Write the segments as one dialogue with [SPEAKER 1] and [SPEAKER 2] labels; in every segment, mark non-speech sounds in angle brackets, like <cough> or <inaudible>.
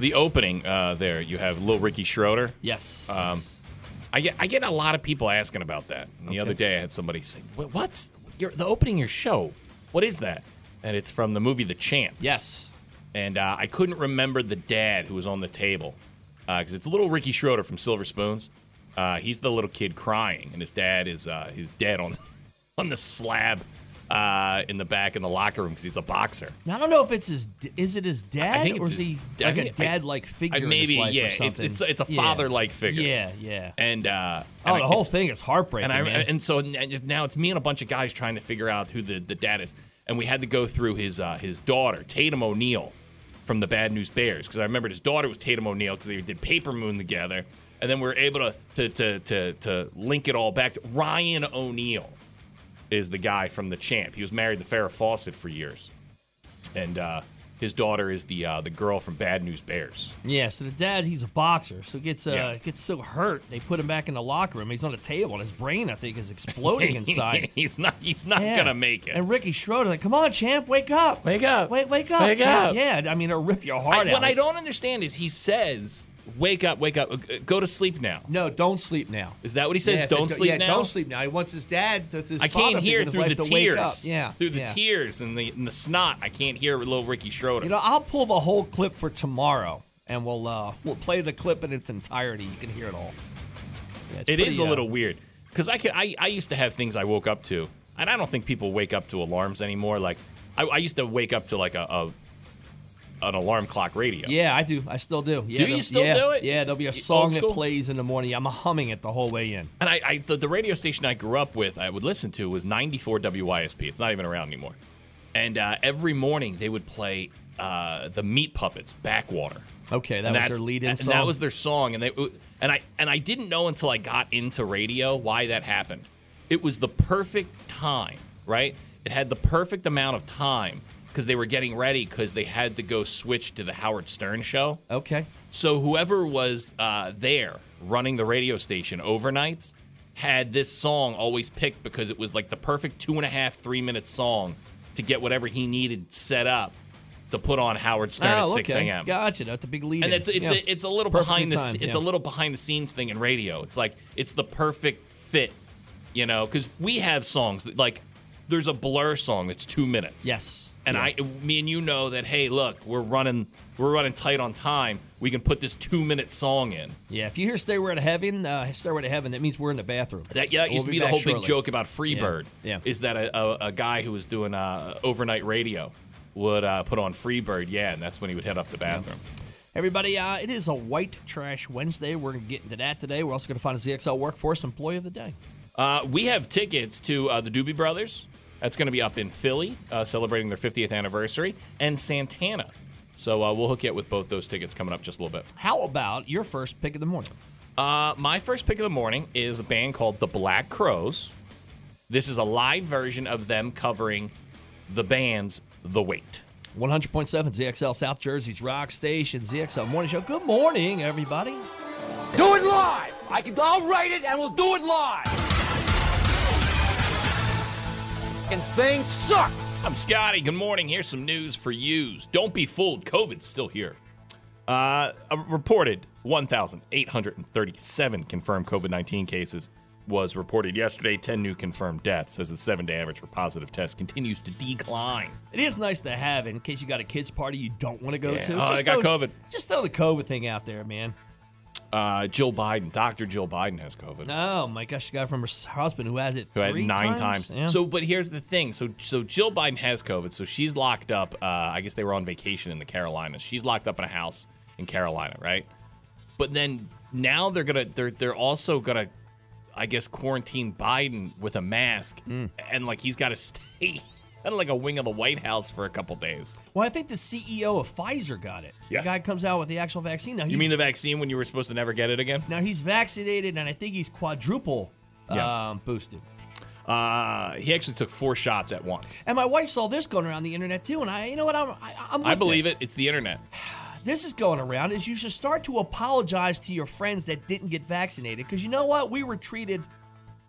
[SPEAKER 1] The opening uh, there, you have Lil Ricky Schroeder.
[SPEAKER 2] Yes.
[SPEAKER 1] Um, I get I get a lot of people asking about that. And The other day, I had somebody say, "What- "What's your the opening of your show? What is that?" And it's from the movie The Champ.
[SPEAKER 2] yes.
[SPEAKER 1] And uh, I couldn't remember the dad who was on the table because it's little Ricky Schroeder from Silver Spoons. Uh, he's the little kid crying, and his dad is uh, he's dead on <laughs> on the slab uh, in the back in the locker room because he's a boxer.
[SPEAKER 2] Now, I don't know if it's his. d- Is it his dad,
[SPEAKER 1] think
[SPEAKER 2] or
[SPEAKER 1] it's
[SPEAKER 2] is he
[SPEAKER 1] his- I
[SPEAKER 2] like a
[SPEAKER 1] think- I-
[SPEAKER 2] dad-like figure?
[SPEAKER 1] I-
[SPEAKER 2] in his
[SPEAKER 1] maybe,
[SPEAKER 2] life or
[SPEAKER 1] yeah, it's-
[SPEAKER 2] something?
[SPEAKER 1] it's a- it's a
[SPEAKER 2] Yeah.
[SPEAKER 1] father-like figure.
[SPEAKER 2] Yeah, yeah.
[SPEAKER 1] And uh,
[SPEAKER 2] oh,
[SPEAKER 1] and
[SPEAKER 2] the
[SPEAKER 1] I-
[SPEAKER 2] whole thing is heartbreaking.
[SPEAKER 1] and I
[SPEAKER 2] man.
[SPEAKER 1] and so n- and now it's me and a bunch of guys trying to figure out who the, the dad is, and we had to go through his uh, his daughter Tatum O'Neill from the Bad News Bears because I remembered his daughter was Tatum O'Neill because they did Paper Moon together, and then we were able to to to to, to link it all back to Ryan O'Neill is the guy from the champ. He was married to Farrah Fawcett for years, and uh, his daughter is the uh, the girl from Bad News Bears.
[SPEAKER 2] yeah, so the dad, he's a boxer, so gets uh,
[SPEAKER 1] Yeah.
[SPEAKER 2] gets so hurt they put him back in the locker room. He's on a table, and his brain, I think, is
[SPEAKER 1] <laughs>
[SPEAKER 2] exploding inside.
[SPEAKER 1] he's not he's not
[SPEAKER 2] Yeah.
[SPEAKER 1] gonna make it.
[SPEAKER 2] And Ricky Schroeder, like, come on, champ, wake up,
[SPEAKER 1] Wake up.
[SPEAKER 2] wake, wake up,
[SPEAKER 1] Wake
[SPEAKER 2] champ."
[SPEAKER 1] up.
[SPEAKER 2] Yeah, I mean, it'll rip your
[SPEAKER 1] I-
[SPEAKER 2] heart out.
[SPEAKER 1] what I
[SPEAKER 2] It's-
[SPEAKER 1] don't understand is he says, "Wake up, wake up, uh, go to sleep now."
[SPEAKER 2] No, don't sleep now.
[SPEAKER 1] Is that what he
[SPEAKER 2] Yeah,
[SPEAKER 1] says?
[SPEAKER 2] I said,
[SPEAKER 1] don't
[SPEAKER 2] "Go-
[SPEAKER 1] sleep
[SPEAKER 2] yeah,
[SPEAKER 1] now.
[SPEAKER 2] Don't sleep now. He wants his dad to his
[SPEAKER 1] I
[SPEAKER 2] father
[SPEAKER 1] can't
[SPEAKER 2] figure
[SPEAKER 1] hear
[SPEAKER 2] in his
[SPEAKER 1] through
[SPEAKER 2] life
[SPEAKER 1] the
[SPEAKER 2] to wake up.
[SPEAKER 1] tears.
[SPEAKER 2] Yeah,
[SPEAKER 1] through the
[SPEAKER 2] yeah.
[SPEAKER 1] tears and the and the snot. I can't hear little Ricky Schroeder.
[SPEAKER 2] You know, I'll pull the whole clip for tomorrow, and we'll uh, we'll play the clip in its entirety. You can hear it all. Yeah, it's
[SPEAKER 1] it
[SPEAKER 2] pretty,
[SPEAKER 1] is a
[SPEAKER 2] uh,
[SPEAKER 1] little weird because I, could- I I used to have things I woke up to, and I don't think people wake up to alarms anymore. Like I, I used to wake up to like a, a an alarm clock radio.
[SPEAKER 2] Yeah, I do. I still do. Yeah,
[SPEAKER 1] you
[SPEAKER 2] there'll-
[SPEAKER 1] still
[SPEAKER 2] yeah,
[SPEAKER 1] do it?
[SPEAKER 2] Yeah, there'll be a
[SPEAKER 1] Old
[SPEAKER 2] song that
[SPEAKER 1] school?
[SPEAKER 2] plays in the morning. I'm humming it the whole way in.
[SPEAKER 1] And I, I the, the radio station I grew up with, I would listen to was 94 WISP. It's not even around anymore. And uh, every morning they would play uh, the Meat Puppets Backwater.
[SPEAKER 2] Okay, Oh, that
[SPEAKER 1] And
[SPEAKER 2] was
[SPEAKER 1] that's-
[SPEAKER 2] their lead-in
[SPEAKER 1] and
[SPEAKER 2] song.
[SPEAKER 1] that was their song. And they and I and I didn't know until I got into radio why that happened. It was the perfect time, right? It had the perfect amount of time because they were getting ready because they had to go switch to the Howard Stern show.
[SPEAKER 2] okay.
[SPEAKER 1] So whoever was uh, there running the radio station overnights had this song always picked because it was like the perfect two and a half, three minute song to get whatever he needed set up to put on Howard Stern at
[SPEAKER 2] oh,
[SPEAKER 1] six
[SPEAKER 2] okay.
[SPEAKER 1] a.m.
[SPEAKER 2] Gotcha. That's a big lead.
[SPEAKER 1] And it's it's a, it's a little behind the s- it's a little behind the scenes thing in radio. It's like it's the perfect fit, you know, because we have songs that, like there's a Blur song that's two minutes.
[SPEAKER 2] Yes.
[SPEAKER 1] And I, me and you know that. Hey, look, we're running, we're running tight on time. We can put this two-minute song in.
[SPEAKER 2] Yeah, if you hear "Stairway to Heaven," uh, "Stairway to Heaven," that means we're in the bathroom.
[SPEAKER 1] That yeah, that
[SPEAKER 2] We'll
[SPEAKER 1] used to be, the
[SPEAKER 2] back
[SPEAKER 1] whole
[SPEAKER 2] shortly.
[SPEAKER 1] big joke about Freebird.
[SPEAKER 2] Yeah, yeah.
[SPEAKER 1] Is that a, a, a guy who was doing uh, overnight radio would uh, put on Freebird? Yeah, and that's when he would head up the bathroom.
[SPEAKER 2] Everybody, uh, it is a White Trash Wednesday. We're going to get into that today. We're also going to find a ZXL Workforce Employee of the Day.
[SPEAKER 1] Uh, we have tickets to uh, the Doobie Brothers. That's going to be up in Philly, uh, celebrating their 50th anniversary, and Santana. So uh, we'll hook you up with both those tickets coming up just a little bit.
[SPEAKER 2] How about your first pick of the morning?
[SPEAKER 1] Uh, my first pick of the morning is a band called The Black Crows. This is a live version of them covering the band's The Weight.
[SPEAKER 2] 100.7 ZXL South Jersey's Rock Station, ZXL Morning Show. Good morning, everybody.
[SPEAKER 3] Do it live. I can. I'll write it, and we'll do it live. And thing sucks.
[SPEAKER 1] I'm Scotty. Good morning. Here's some news for yous. Don't be fooled. COVID's still here. Uh, a reported 1,837 confirmed COVID 19 cases was reported yesterday. 10 new confirmed deaths as the seven day average for positive tests continues to decline.
[SPEAKER 2] It is nice to have in case you got a kids' party you don't want to go
[SPEAKER 1] Yeah.
[SPEAKER 2] to.
[SPEAKER 1] Oh, I got
[SPEAKER 2] throw-
[SPEAKER 1] COVID.
[SPEAKER 2] Just throw the COVID thing out there, man.
[SPEAKER 1] Uh, Jill Biden, Dr. Jill Biden has COVID.
[SPEAKER 2] Oh my gosh, she got it from her s- husband who has it
[SPEAKER 1] who had
[SPEAKER 2] three
[SPEAKER 1] nine times.
[SPEAKER 2] Yeah.
[SPEAKER 1] So, but here's the thing. So, so Jill Biden has COVID. So she's locked up. Uh, I guess they were on vacation in the Carolinas. She's locked up in a house in Carolina, right? But then now they're gonna they're they're also gonna, I guess, quarantine Biden with a mask,
[SPEAKER 2] Hmm.
[SPEAKER 1] and like he's got to <laughs> stay at like a wing of the White House for a couple days.
[SPEAKER 2] well, I think the CEO of Pfizer got it.
[SPEAKER 1] Yeah.
[SPEAKER 2] The guy comes out with the actual vaccine now. He's,
[SPEAKER 1] You mean the vaccine when you were supposed to never get it again?
[SPEAKER 2] now he's vaccinated and I think he's quadruple
[SPEAKER 1] Yeah.
[SPEAKER 2] um, boosted.
[SPEAKER 1] Uh, he actually took four shots at once.
[SPEAKER 2] And my wife saw this going around the internet too, and I, you know what, I'm, I, I'm. With
[SPEAKER 1] I believe
[SPEAKER 2] this.
[SPEAKER 1] it. It's the internet.
[SPEAKER 2] this is going around is you should start to apologize to your friends that didn't get vaccinated because you know what we were treated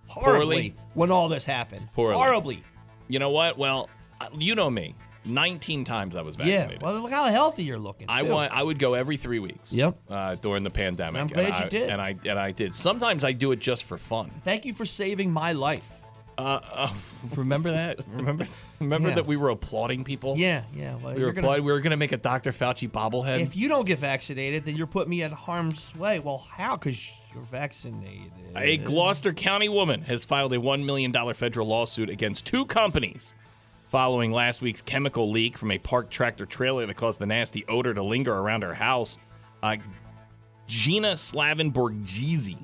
[SPEAKER 2] horribly
[SPEAKER 1] Poorly.
[SPEAKER 2] when all this happened
[SPEAKER 1] Poorly.
[SPEAKER 2] horribly
[SPEAKER 1] You know what? Well, uh, you know me. 19 times I was vaccinated.
[SPEAKER 2] yeah well look how healthy you're looking
[SPEAKER 1] I
[SPEAKER 2] too.
[SPEAKER 1] want. I would go every three weeks.
[SPEAKER 2] Yep.
[SPEAKER 1] Uh, during the pandemic.
[SPEAKER 2] I'm glad
[SPEAKER 1] and
[SPEAKER 2] you
[SPEAKER 1] I-
[SPEAKER 2] did.
[SPEAKER 1] And I and I did. Sometimes I do it just for
[SPEAKER 2] <laughs>
[SPEAKER 1] fun.
[SPEAKER 2] thank you for saving my life
[SPEAKER 1] Uh, uh, remember that? remember? Remember
[SPEAKER 2] Yeah.
[SPEAKER 1] that we were applauding people?
[SPEAKER 2] yeah yeah well
[SPEAKER 1] Oh. We
[SPEAKER 2] you're
[SPEAKER 1] were
[SPEAKER 2] gonna-
[SPEAKER 1] applauding. We were gonna make a Dr. Fauci bobblehead.
[SPEAKER 2] if you don't get vaccinated then you're putting me at harm's way well how because you're vaccinated
[SPEAKER 1] a Gloucester County woman has filed a $1 million federal lawsuit against two companies following last week's chemical leak from a parked tractor trailer that caused the nasty odor to linger around her house. Uh, Gina Slavin Borghese,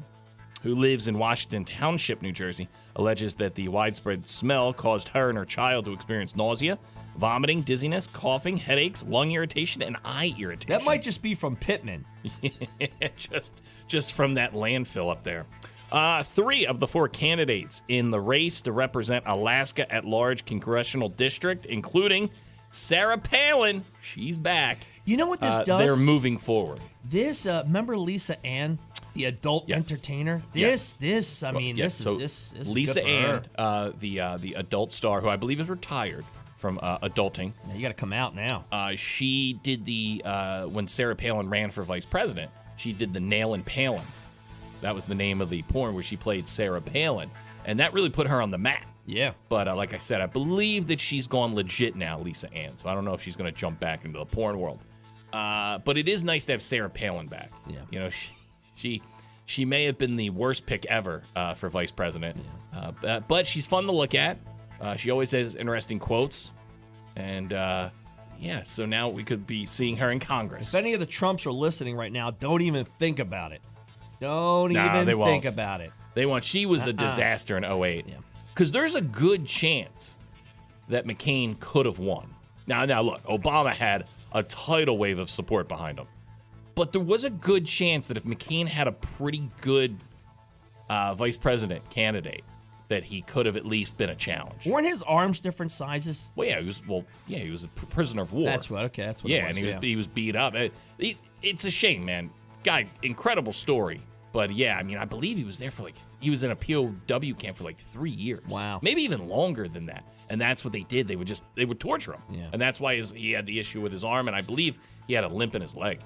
[SPEAKER 1] who lives in Washington Township, New Jersey, alleges that the widespread smell caused her and her child to experience nausea, vomiting, dizziness, coughing, headaches, lung irritation, and eye irritation.
[SPEAKER 2] that might just be from Pittman
[SPEAKER 1] <laughs> just just from that landfill up there. Uh, three of the four candidates in the race to represent Alaska at large congressional district, including Sarah Palin. She's back.
[SPEAKER 2] you know what this
[SPEAKER 1] Uh,
[SPEAKER 2] does
[SPEAKER 1] they're moving forward.
[SPEAKER 2] This uh, remember Lisa Ann, the adult
[SPEAKER 1] Yes.
[SPEAKER 2] entertainer. This
[SPEAKER 1] Yes.
[SPEAKER 2] this I mean
[SPEAKER 1] Yeah,
[SPEAKER 2] this
[SPEAKER 1] so
[SPEAKER 2] is this, this
[SPEAKER 1] Lisa
[SPEAKER 2] is good for her.
[SPEAKER 1] Ann, uh, the uh, the adult star who I believe is retired from uh, adulting.
[SPEAKER 2] Now you got to come out now.
[SPEAKER 1] Uh, she did the uh, when Sarah Palin ran for vice president. She did the Nail and Palin. That was the name of the porn where she played Sarah Palin, and that really put her on the map.
[SPEAKER 2] Yeah.
[SPEAKER 1] But uh, like I said, I believe that she's gone legit now, Lisa Ann. So I don't know if she's going to jump back into the porn world. Uh, but it is nice to have Sarah Palin back.
[SPEAKER 2] Yeah.
[SPEAKER 1] You know, <laughs> she she she may have been the worst pick ever uh, for vice president, uh, but, but she's fun to look at. Uh, she always has interesting quotes, and uh, yeah. So now we could be seeing her in Congress.
[SPEAKER 2] If any of the Trumps are listening right now, don't even think about it. Don't
[SPEAKER 1] Nah,
[SPEAKER 2] even
[SPEAKER 1] they won't.
[SPEAKER 2] think about it.
[SPEAKER 1] They want. She was a disaster in 08.
[SPEAKER 2] Uh-uh. Yeah.
[SPEAKER 1] Because there's a good chance that McCain could have won. Now, now look, Obama had a tidal wave of support behind him, but there was a good chance that if McCain had a pretty good uh, vice president candidate, that he could have at least been a challenge.
[SPEAKER 2] Weren't his arms different sizes?
[SPEAKER 1] Well, yeah, he was. Well, yeah, he was a pr- prisoner of war.
[SPEAKER 2] That's what. Okay, that's what.
[SPEAKER 1] Yeah,
[SPEAKER 2] it was,
[SPEAKER 1] and he was he was beat up. It- it- it's a shame, man. Guy, incredible story. But yeah, I mean, I believe he was there for like he was in a POW camp for like three years.
[SPEAKER 2] Wow.
[SPEAKER 1] maybe even longer than that. And that's what they did. They would just they would torture him.
[SPEAKER 2] Yeah.
[SPEAKER 1] and that's why his, he had the issue with his arm, and I believe he had a limp in his leg.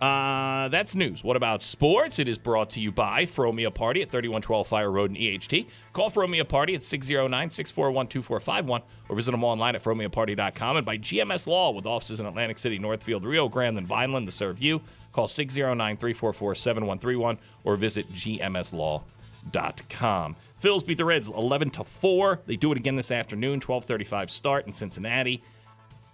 [SPEAKER 1] Uh, that's news. What about sports? It is brought to you by Fromia Party at 3112 Fire Road in EHT. Call Fromia Party at 609-641-2451 or visit them online at fromiaparty.com and by GMS Law with offices in Atlantic City, Northfield, Rio Grande, and Vineland to serve you. Call 609-344-7131 or visit gmslaw.com. Phil's beat the Reds 11 to 4. They do it again this afternoon, 12:35 start in Cincinnati.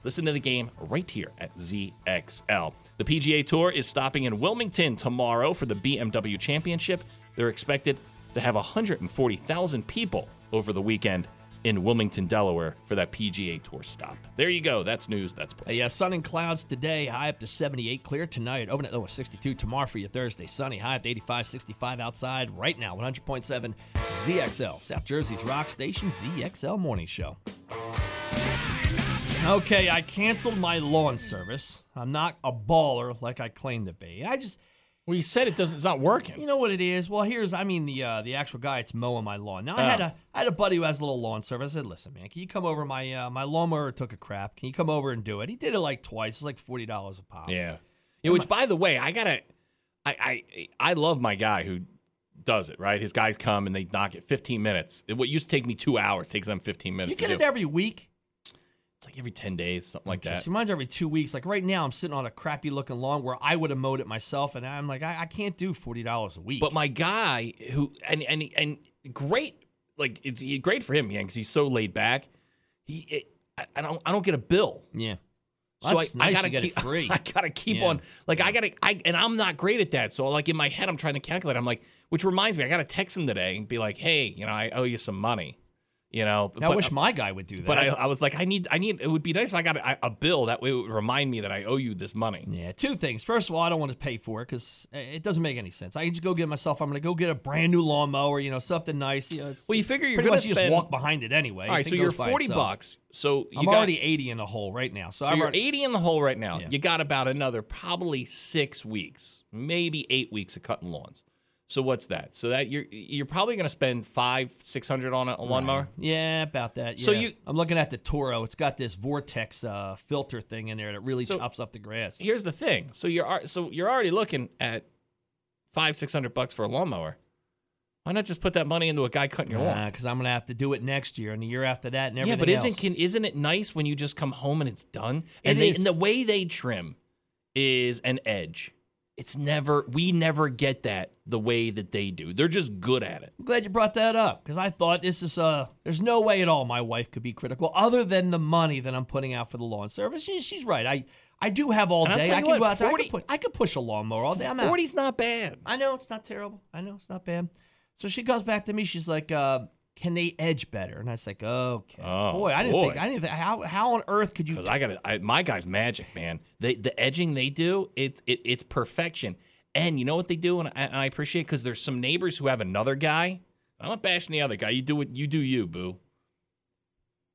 [SPEAKER 1] Listen to the game right here at ZXL. The PGA Tour is stopping in Wilmington tomorrow for the BMW Championship. They're expected to have 140,000 people over the weekend in Wilmington, Delaware for that PGA Tour stop. There you go. That's news. That's sports.
[SPEAKER 2] Yeah, sun and clouds today, high up to 78, clear tonight, overnight low of 62, tomorrow for your Thursday, sunny, high up to 85, 65 outside, right now, 100.7 ZXL, South Jersey's rock station, ZXL Morning Show. Okay, I canceled my lawn service. I'm not a baller like I claim to be. I just,
[SPEAKER 1] Well, you said it doesn't. It's not
[SPEAKER 2] you
[SPEAKER 1] working.
[SPEAKER 2] know what it is? Well, here's I mean the uh, the actual guy that's mowing my lawn.
[SPEAKER 1] Oh.
[SPEAKER 2] Now I had a I had a buddy who has a little lawn service. I said, listen, man, can you come over? My uh, my lawnmower took a crap. Can you come over and do it? He did it like twice. It's like forty dollars a pop.
[SPEAKER 1] Yeah. yeah. Which, by the way, I gotta. I I I love my guy who does it right. His guys come and they knock it 15 minutes. What used to take me two hours takes them 15 minutes.
[SPEAKER 2] you
[SPEAKER 1] to
[SPEAKER 2] get
[SPEAKER 1] do.
[SPEAKER 2] it every week.
[SPEAKER 1] It's like every 10 days, something like that.
[SPEAKER 2] See, mine's every two weeks. Like right now, I'm sitting on a crappy looking lawn where I would have mowed it myself, and I'm like, I, I can't do forty dollars a week.
[SPEAKER 1] But my guy, who and and and great, like it's he- great for him, yeah, because he's so laid back. He, it, I, I don't, I don't get a bill,
[SPEAKER 2] yeah,
[SPEAKER 1] so
[SPEAKER 2] That's
[SPEAKER 1] I,
[SPEAKER 2] nice
[SPEAKER 1] I
[SPEAKER 2] you
[SPEAKER 1] gotta
[SPEAKER 2] get it
[SPEAKER 1] keep, <laughs>
[SPEAKER 2] free.
[SPEAKER 1] I gotta keep
[SPEAKER 2] Yeah.
[SPEAKER 1] on, like I gotta, I and I'm not great at that. So like in my head, I'm trying to calculate. I'm like, which reminds me, I gotta text him today and be like, hey, you know, I owe you some money, you know. uh,
[SPEAKER 2] Now, I wish my guy would do that.
[SPEAKER 1] But I, I was like, I need, I need. It would be nice if I got a, a bill. That way, it would remind me that I owe you this money.
[SPEAKER 2] Yeah, two things. First of all, I don't want to pay for it because it doesn't make any sense. I can just go get myself. I'm going to go get a brand new lawnmower, you know, something nice. You know, it's-
[SPEAKER 1] Well, you figure you're
[SPEAKER 2] pretty
[SPEAKER 1] gonna
[SPEAKER 2] much you just
[SPEAKER 1] spend-
[SPEAKER 2] walk behind it anyway.
[SPEAKER 1] All right,
[SPEAKER 2] It
[SPEAKER 1] so you're
[SPEAKER 2] goes by
[SPEAKER 1] 40
[SPEAKER 2] itself.
[SPEAKER 1] bucks. So you
[SPEAKER 2] I'm
[SPEAKER 1] got,
[SPEAKER 2] already 80 in the hole right now, so,
[SPEAKER 1] So
[SPEAKER 2] I'm
[SPEAKER 1] you're
[SPEAKER 2] already,
[SPEAKER 1] 80 in the hole right now.
[SPEAKER 2] Yeah.
[SPEAKER 1] You got about another probably six weeks, maybe eight weeks of cutting lawns. So what's that? So that you're you're probably going to spend five six hundred on a, a lawnmower.
[SPEAKER 2] yeah about that.
[SPEAKER 1] So
[SPEAKER 2] yeah.
[SPEAKER 1] you-
[SPEAKER 2] I'm looking at the Toro. It's got this vortex uh, filter thing in there that really
[SPEAKER 1] So-
[SPEAKER 2] chops up the grass.
[SPEAKER 1] Here's the thing. So you're ar- so you're already looking at five six hundred bucks for a lawnmower. Why not just put that money into a guy cutting your lawn?
[SPEAKER 2] Because I'm going to have to do it next year and the year after that and everything.
[SPEAKER 1] yeah, but isn't
[SPEAKER 2] else.
[SPEAKER 1] can, isn't it nice when you just come home and it's done?
[SPEAKER 2] It
[SPEAKER 1] And they
[SPEAKER 2] is.
[SPEAKER 1] and the way they trim is an edge. It's never we never get that the way that they do. They're just good at it.
[SPEAKER 2] I'm glad you brought that up because I thought this is uh there's no way at all my wife could be critical other than the money that I'm putting out for the lawn service. She, she's right. I I do have all
[SPEAKER 1] And I'll
[SPEAKER 2] day.
[SPEAKER 1] tell
[SPEAKER 2] I
[SPEAKER 1] you
[SPEAKER 2] could
[SPEAKER 1] what,
[SPEAKER 2] go out there. I
[SPEAKER 1] 40
[SPEAKER 2] could, put, I could push a lawnmower all day. I'm out.
[SPEAKER 1] Forty's not bad.
[SPEAKER 2] I know it's not terrible. I know it's not bad. So she comes back to me. She's like, uh, "Can they edge better?" And I was like, "Okay,
[SPEAKER 1] Oh,
[SPEAKER 2] boy, I didn't
[SPEAKER 1] boy.
[SPEAKER 2] think. I didn't think. How how on earth could you?
[SPEAKER 1] Because I got I, my guy's magic, man. They, the edging they do, it's it, it's perfection. And you know what they do, and I, and I appreciate because there's some neighbors who have another guy. I'm not bashing the other guy. You do what you do, you boo.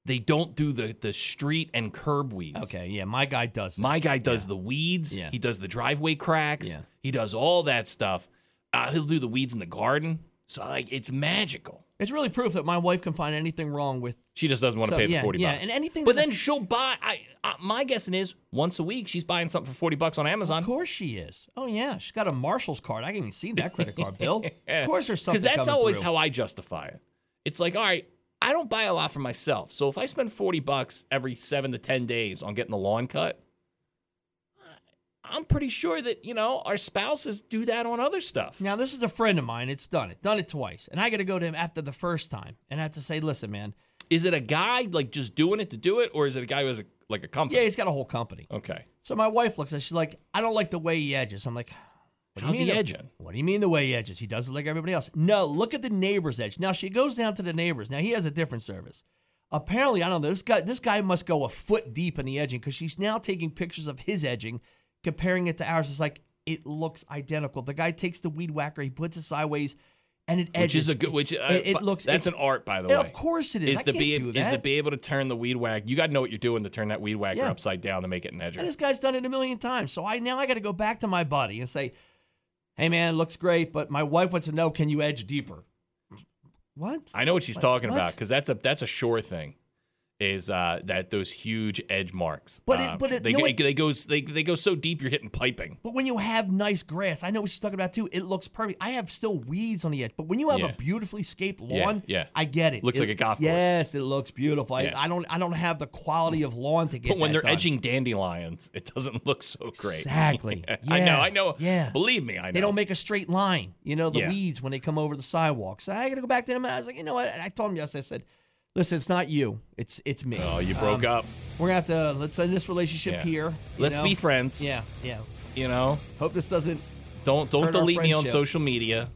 [SPEAKER 1] They don't do the the street and curb weeds.
[SPEAKER 2] okay, yeah, my guy does. that.
[SPEAKER 1] My guy does the weeds.
[SPEAKER 2] Yeah.
[SPEAKER 1] He does the driveway cracks.
[SPEAKER 2] Yeah.
[SPEAKER 1] He does all that stuff. Uh, he'll do the weeds in the garden. So like it's magical.
[SPEAKER 2] it's really proof that my wife can find anything wrong with.
[SPEAKER 1] She just doesn't want to
[SPEAKER 2] So,
[SPEAKER 1] pay
[SPEAKER 2] yeah,
[SPEAKER 1] the forty
[SPEAKER 2] yeah,
[SPEAKER 1] bucks.
[SPEAKER 2] and anything
[SPEAKER 1] But
[SPEAKER 2] that-
[SPEAKER 1] then she'll buy. I, I my guessing is once a week she's buying something for forty bucks on Amazon.
[SPEAKER 2] Of course she is. Oh yeah, she's got a Marshall's card. I haven't even seen that credit card
[SPEAKER 1] <laughs>
[SPEAKER 2] bill. Of course there's something.
[SPEAKER 1] Because that's
[SPEAKER 2] coming
[SPEAKER 1] always
[SPEAKER 2] through.
[SPEAKER 1] how I justify it. It's like, all right, I don't buy a lot for myself. So if I spend 40 bucks every seven to 10 days on getting the lawn cut, I'm pretty sure that, you know, our spouses do that on other stuff.
[SPEAKER 2] Now, this is a friend of mine. It's done it, done it twice. And I got to go to him after the first time and I have to say, listen, man.
[SPEAKER 1] Is it a guy like just doing it to do it, or is it a guy who has a, like a company?
[SPEAKER 2] Yeah, he's got a whole company.
[SPEAKER 1] Okay.
[SPEAKER 2] So my wife looks at it. She's like, I don't like the way he edges. I'm like, what do you
[SPEAKER 1] How's
[SPEAKER 2] mean
[SPEAKER 1] he
[SPEAKER 2] the-
[SPEAKER 1] edging?
[SPEAKER 2] What do you mean the way he edges? He does it like everybody else. No, look at the neighbor's edge. Now, she goes down to the neighbor's. Now, he has a different service. Apparently, I don't know. This guy, this guy must go a foot deep in the edging because she's now taking pictures of his edging, comparing it to ours. It's like it looks identical. The guy takes the weed whacker, he puts it sideways, and it
[SPEAKER 1] Which
[SPEAKER 2] edges.
[SPEAKER 1] is a good, which
[SPEAKER 2] it,
[SPEAKER 1] uh,
[SPEAKER 2] it, it
[SPEAKER 1] but
[SPEAKER 2] looks.
[SPEAKER 1] That's an
[SPEAKER 2] it's-
[SPEAKER 1] art, by the way.
[SPEAKER 2] Yeah, of course it is. I
[SPEAKER 1] to
[SPEAKER 2] can't
[SPEAKER 1] be
[SPEAKER 2] do
[SPEAKER 1] is to
[SPEAKER 2] that.
[SPEAKER 1] be able to turn the weed whack. You got to know what you're doing to turn that weed whacker
[SPEAKER 2] Yeah.
[SPEAKER 1] upside down to make it an edger.
[SPEAKER 2] And this guy's done it a million times. So I now I got to go back to my buddy and say, "Hey man, it looks great, but my wife wants to know can you edge deeper?" What?
[SPEAKER 1] I know what she's
[SPEAKER 2] Like,
[SPEAKER 1] talking
[SPEAKER 2] what?
[SPEAKER 1] about because that's a that's a sure thing. Is uh, that those huge edge marks?
[SPEAKER 2] But it-
[SPEAKER 1] Um,
[SPEAKER 2] but it-
[SPEAKER 1] they,
[SPEAKER 2] no,
[SPEAKER 1] go-
[SPEAKER 2] it-
[SPEAKER 1] they go they, they go so deep you're hitting piping.
[SPEAKER 2] But when you have nice grass, I know what she's talking about too. It looks perfect. I have still weeds on the edge, but when you have
[SPEAKER 1] Yeah.
[SPEAKER 2] a beautifully scaped
[SPEAKER 1] Yeah,
[SPEAKER 2] lawn,
[SPEAKER 1] yeah.
[SPEAKER 2] I get it.
[SPEAKER 1] Looks
[SPEAKER 2] It-
[SPEAKER 1] like a golf course.
[SPEAKER 2] Yes, it looks beautiful. I,
[SPEAKER 1] Yeah.
[SPEAKER 2] I don't I don't have the quality of lawn to get.
[SPEAKER 1] But when
[SPEAKER 2] that
[SPEAKER 1] they're
[SPEAKER 2] done.
[SPEAKER 1] edging dandelions, it doesn't look so great.
[SPEAKER 2] Exactly.
[SPEAKER 1] <laughs> I know.
[SPEAKER 2] Yeah,
[SPEAKER 1] I know.
[SPEAKER 2] yeah.
[SPEAKER 1] Believe me, I know.
[SPEAKER 2] They don't make a straight line, you know, the
[SPEAKER 1] Yeah.
[SPEAKER 2] weeds when they come over the sidewalk. So I got to go back to them. And I was like, you know what? I told him yes. I said, listen, it's not you. It's it's me.
[SPEAKER 1] Oh, you broke up.
[SPEAKER 2] We're going to have to, let's end this relationship
[SPEAKER 1] Yeah.
[SPEAKER 2] here. you
[SPEAKER 1] Let's
[SPEAKER 2] know?
[SPEAKER 1] be friends.
[SPEAKER 2] Yeah, yeah.
[SPEAKER 1] You know.
[SPEAKER 2] Hope this doesn't.
[SPEAKER 1] Don't don't
[SPEAKER 2] Hurt our
[SPEAKER 1] delete me on
[SPEAKER 2] friendship.
[SPEAKER 1] social media.